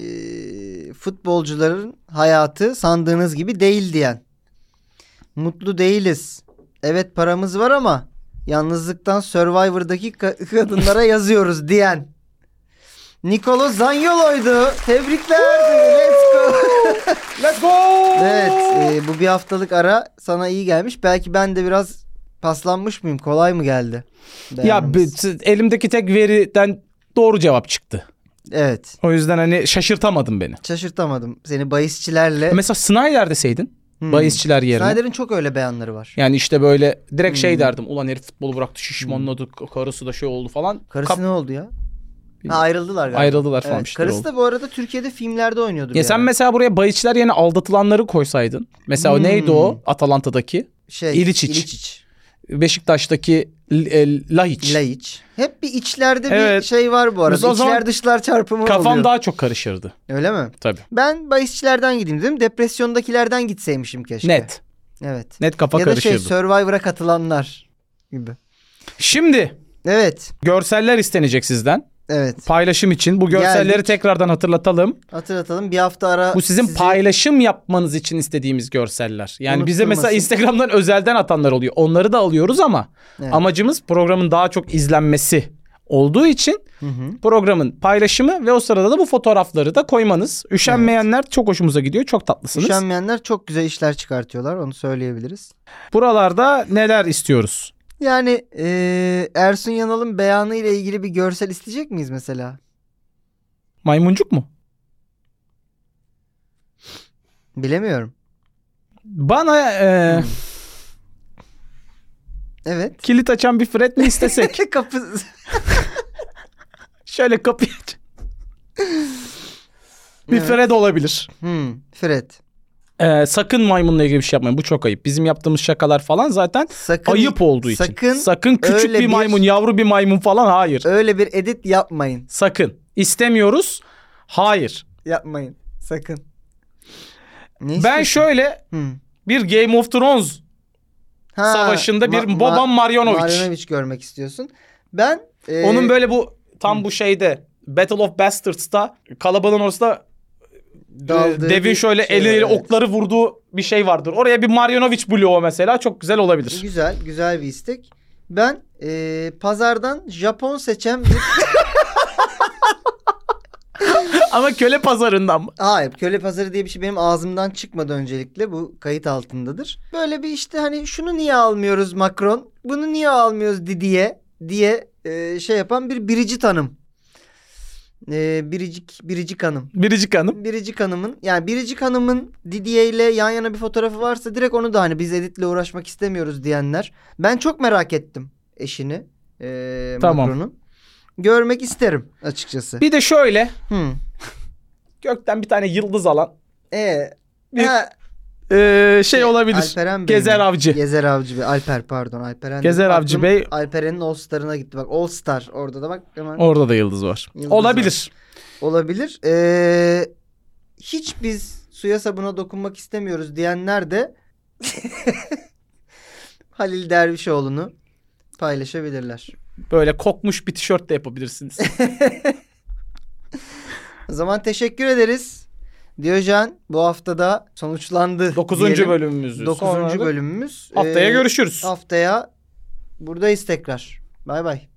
S3: Ee, futbolcuların hayatı sandığınız gibi değil diyen. Mutlu değiliz. Evet paramız var ama yalnızlıktan Survivor'daki ka- kadınlara yazıyoruz diyen. Nikolo Zanyolo'ydu. Tebrikler. Let's go.
S4: Let's go!
S3: Evet e, bu bir haftalık ara sana iyi gelmiş. Belki ben de biraz paslanmış mıyım? Kolay mı geldi?
S4: Ya
S3: Beyanımız.
S4: b- elimdeki tek veriden doğru cevap çıktı.
S3: Evet.
S4: O yüzden hani şaşırtamadın beni.
S3: Şaşırtamadım. Seni bahisçilerle.
S4: Mesela Snyder deseydin
S3: Hmm.
S4: Bahisçiler yerine.
S3: Snyder'in çok öyle beyanları var.
S4: Yani işte böyle direkt şey
S3: Hmm.
S4: derdim. Ulan herif futbolu bıraktı şişmanladı karısı da şey oldu falan.
S3: Karısı
S4: Kap-
S3: ne oldu ya? Ha, ayrıldılar galiba.
S4: Ayrıldılar falan
S3: Evet,
S4: işte
S3: Karısı
S4: oldu.
S3: da bu arada Türkiye'de filmlerde oynuyordu. bir
S4: Ya sen
S3: ara.
S4: mesela buraya bayisçiler yerine aldatılanları koysaydın. Mesela o
S3: Hmm.
S4: neydi o Atalanta'daki?
S3: şey,
S4: İliçiç.
S3: İliçiç.
S4: Beşiktaş'taki L- e, Laiç.
S3: Laiç. Hep bir içlerde
S4: Evet.
S3: bir şey var bu arada.
S4: Biz o
S3: İçler
S4: zaman-
S3: dışlar çarpımı
S4: Kafam
S3: oluyor.
S4: daha çok karışırdı
S3: Öyle mi?
S4: tabii.
S3: Ben bahisçilerden gideyim dedim. Depresyondakilerden gitseymişim keşke.
S4: Net.
S3: Evet.
S4: Net kafa
S3: ya da
S4: karışırdı.
S3: şey Survivor'a katılanlar gibi.
S4: Şimdi
S3: Evet.
S4: görseller istenecek sizden.
S3: Evet.
S4: Paylaşım için bu görselleri
S3: Geldik.
S4: tekrardan hatırlatalım.
S3: Hatırlatalım bir hafta ara.
S4: Bu sizin
S3: sizi-
S4: paylaşım yapmanız için istediğimiz görseller. Yani bize
S3: Unutturmasın.
S4: mesela Instagram'dan özelden atanlar oluyor. Onları da alıyoruz ama
S3: Evet.
S4: amacımız programın daha çok izlenmesi olduğu için
S3: Hı hı.
S4: programın paylaşımı ve o sırada da bu fotoğrafları da koymanız. Üşenmeyenler çok hoşumuza gidiyor. Çok tatlısınız.
S3: Üşenmeyenler çok güzel işler çıkartıyorlar onu söyleyebiliriz.
S4: Buralarda neler istiyoruz?
S3: Yani eee, Ersun Yanal'ın beyanı ile ilgili bir görsel isteyecek miyiz mesela?
S4: Maymuncuk mu?
S3: Bilemiyorum.
S4: Bana e,
S3: Hmm. Evet.
S4: kilit açan bir Fred mi istesek?
S3: Kapı
S4: Şöyle kapıyı aç. bir
S3: Evet.
S4: Fred olabilir.
S3: Hmm, Fred.
S4: E, sakın maymunla ilgili bir şey yapmayın. Bu çok ayıp. Bizim yaptığımız şakalar falan zaten
S3: Sakın
S4: ayıp olduğu için.
S3: sakın
S4: küçük
S3: öyle
S4: bir
S3: bir-
S4: maymun, yavru bir maymun falan hayır.
S3: öyle bir edit yapmayın.
S4: Sakın. İstemiyoruz. Hayır.
S3: Yapmayın. Sakın. Ne
S4: Ben
S3: istiyorsun?
S4: şöyle
S3: Hmm.
S4: bir Game of Thrones
S3: Ha,
S4: savaşında bir
S3: Ma- Ma-
S4: Boban Marjanovic.
S3: Marjanovic görmek istiyorsun. Ben e, eee,
S4: Onun böyle bu tam bu şeyde Battle of Bastards'ta kalabalığın ortasında e,
S3: Daldığı
S4: devin
S3: bir
S4: şöyle
S3: şey var,
S4: eliyle
S3: evet.
S4: okları vurduğu bir şey vardır. Oraya bir Marjanovic bloğu mesela çok güzel olabilir.
S3: e, Güzel, güzel bir istek. Ben eee, pazardan Japon seçen bir...
S4: Ama köle pazarından mı?
S3: Hayır, köle pazarı diye bir şey benim ağzımdan çıkmadı öncelikle. Bu kayıt altındadır. Böyle bir işte hani şunu niye almıyoruz Macron, bunu niye almıyoruz Didiye diye eee, şey yapan bir biricik hanım. Eee, biricik, biricik hanım.
S4: Biricik Hanım.
S3: Biricik Hanım'ın yani Biricik Hanım'ın Didiye ile yan yana bir fotoğrafı varsa direkt onu da hani biz editle uğraşmak istemiyoruz diyenler. Ben çok merak ettim eşini. E,
S4: Tamam.
S3: Macron'un. Görmek isterim açıkçası.
S4: Bir de şöyle
S3: Hı.
S4: gökten bir tane yıldız alan
S3: E,
S4: Bir-
S3: ha,
S4: e, şey olabilir.
S3: Alperen Bey
S4: Gezer
S3: mi?
S4: Avcı.
S3: Gezer Avcı Bey. Alper pardon. Alperen.
S4: Gezer
S3: Aklım
S4: Avcı Bey-
S3: Alperen'in All Star'ına gitti. Bak All Star orada da bak hemen
S4: Orada da yıldız var.
S3: Yıldız
S4: olabilir.
S3: olabilir. E, hiç biz suya sabuna dokunmak istemiyoruz diyenler de Halil Dervişoğlu'nu paylaşabilirler.
S4: Böyle kokmuş bir tişört de yapabilirsiniz.
S3: O zaman teşekkür ederiz. Diyojen bu haftada sonuçlandı.
S4: 9.
S3: diyelim.
S4: bölümümüzü.
S3: Dokuzuncu
S4: Sonra da
S3: bölümümüz.
S4: Haftaya
S3: Ee,
S4: görüşürüz.
S3: Haftaya buradayız tekrar. Bay bay.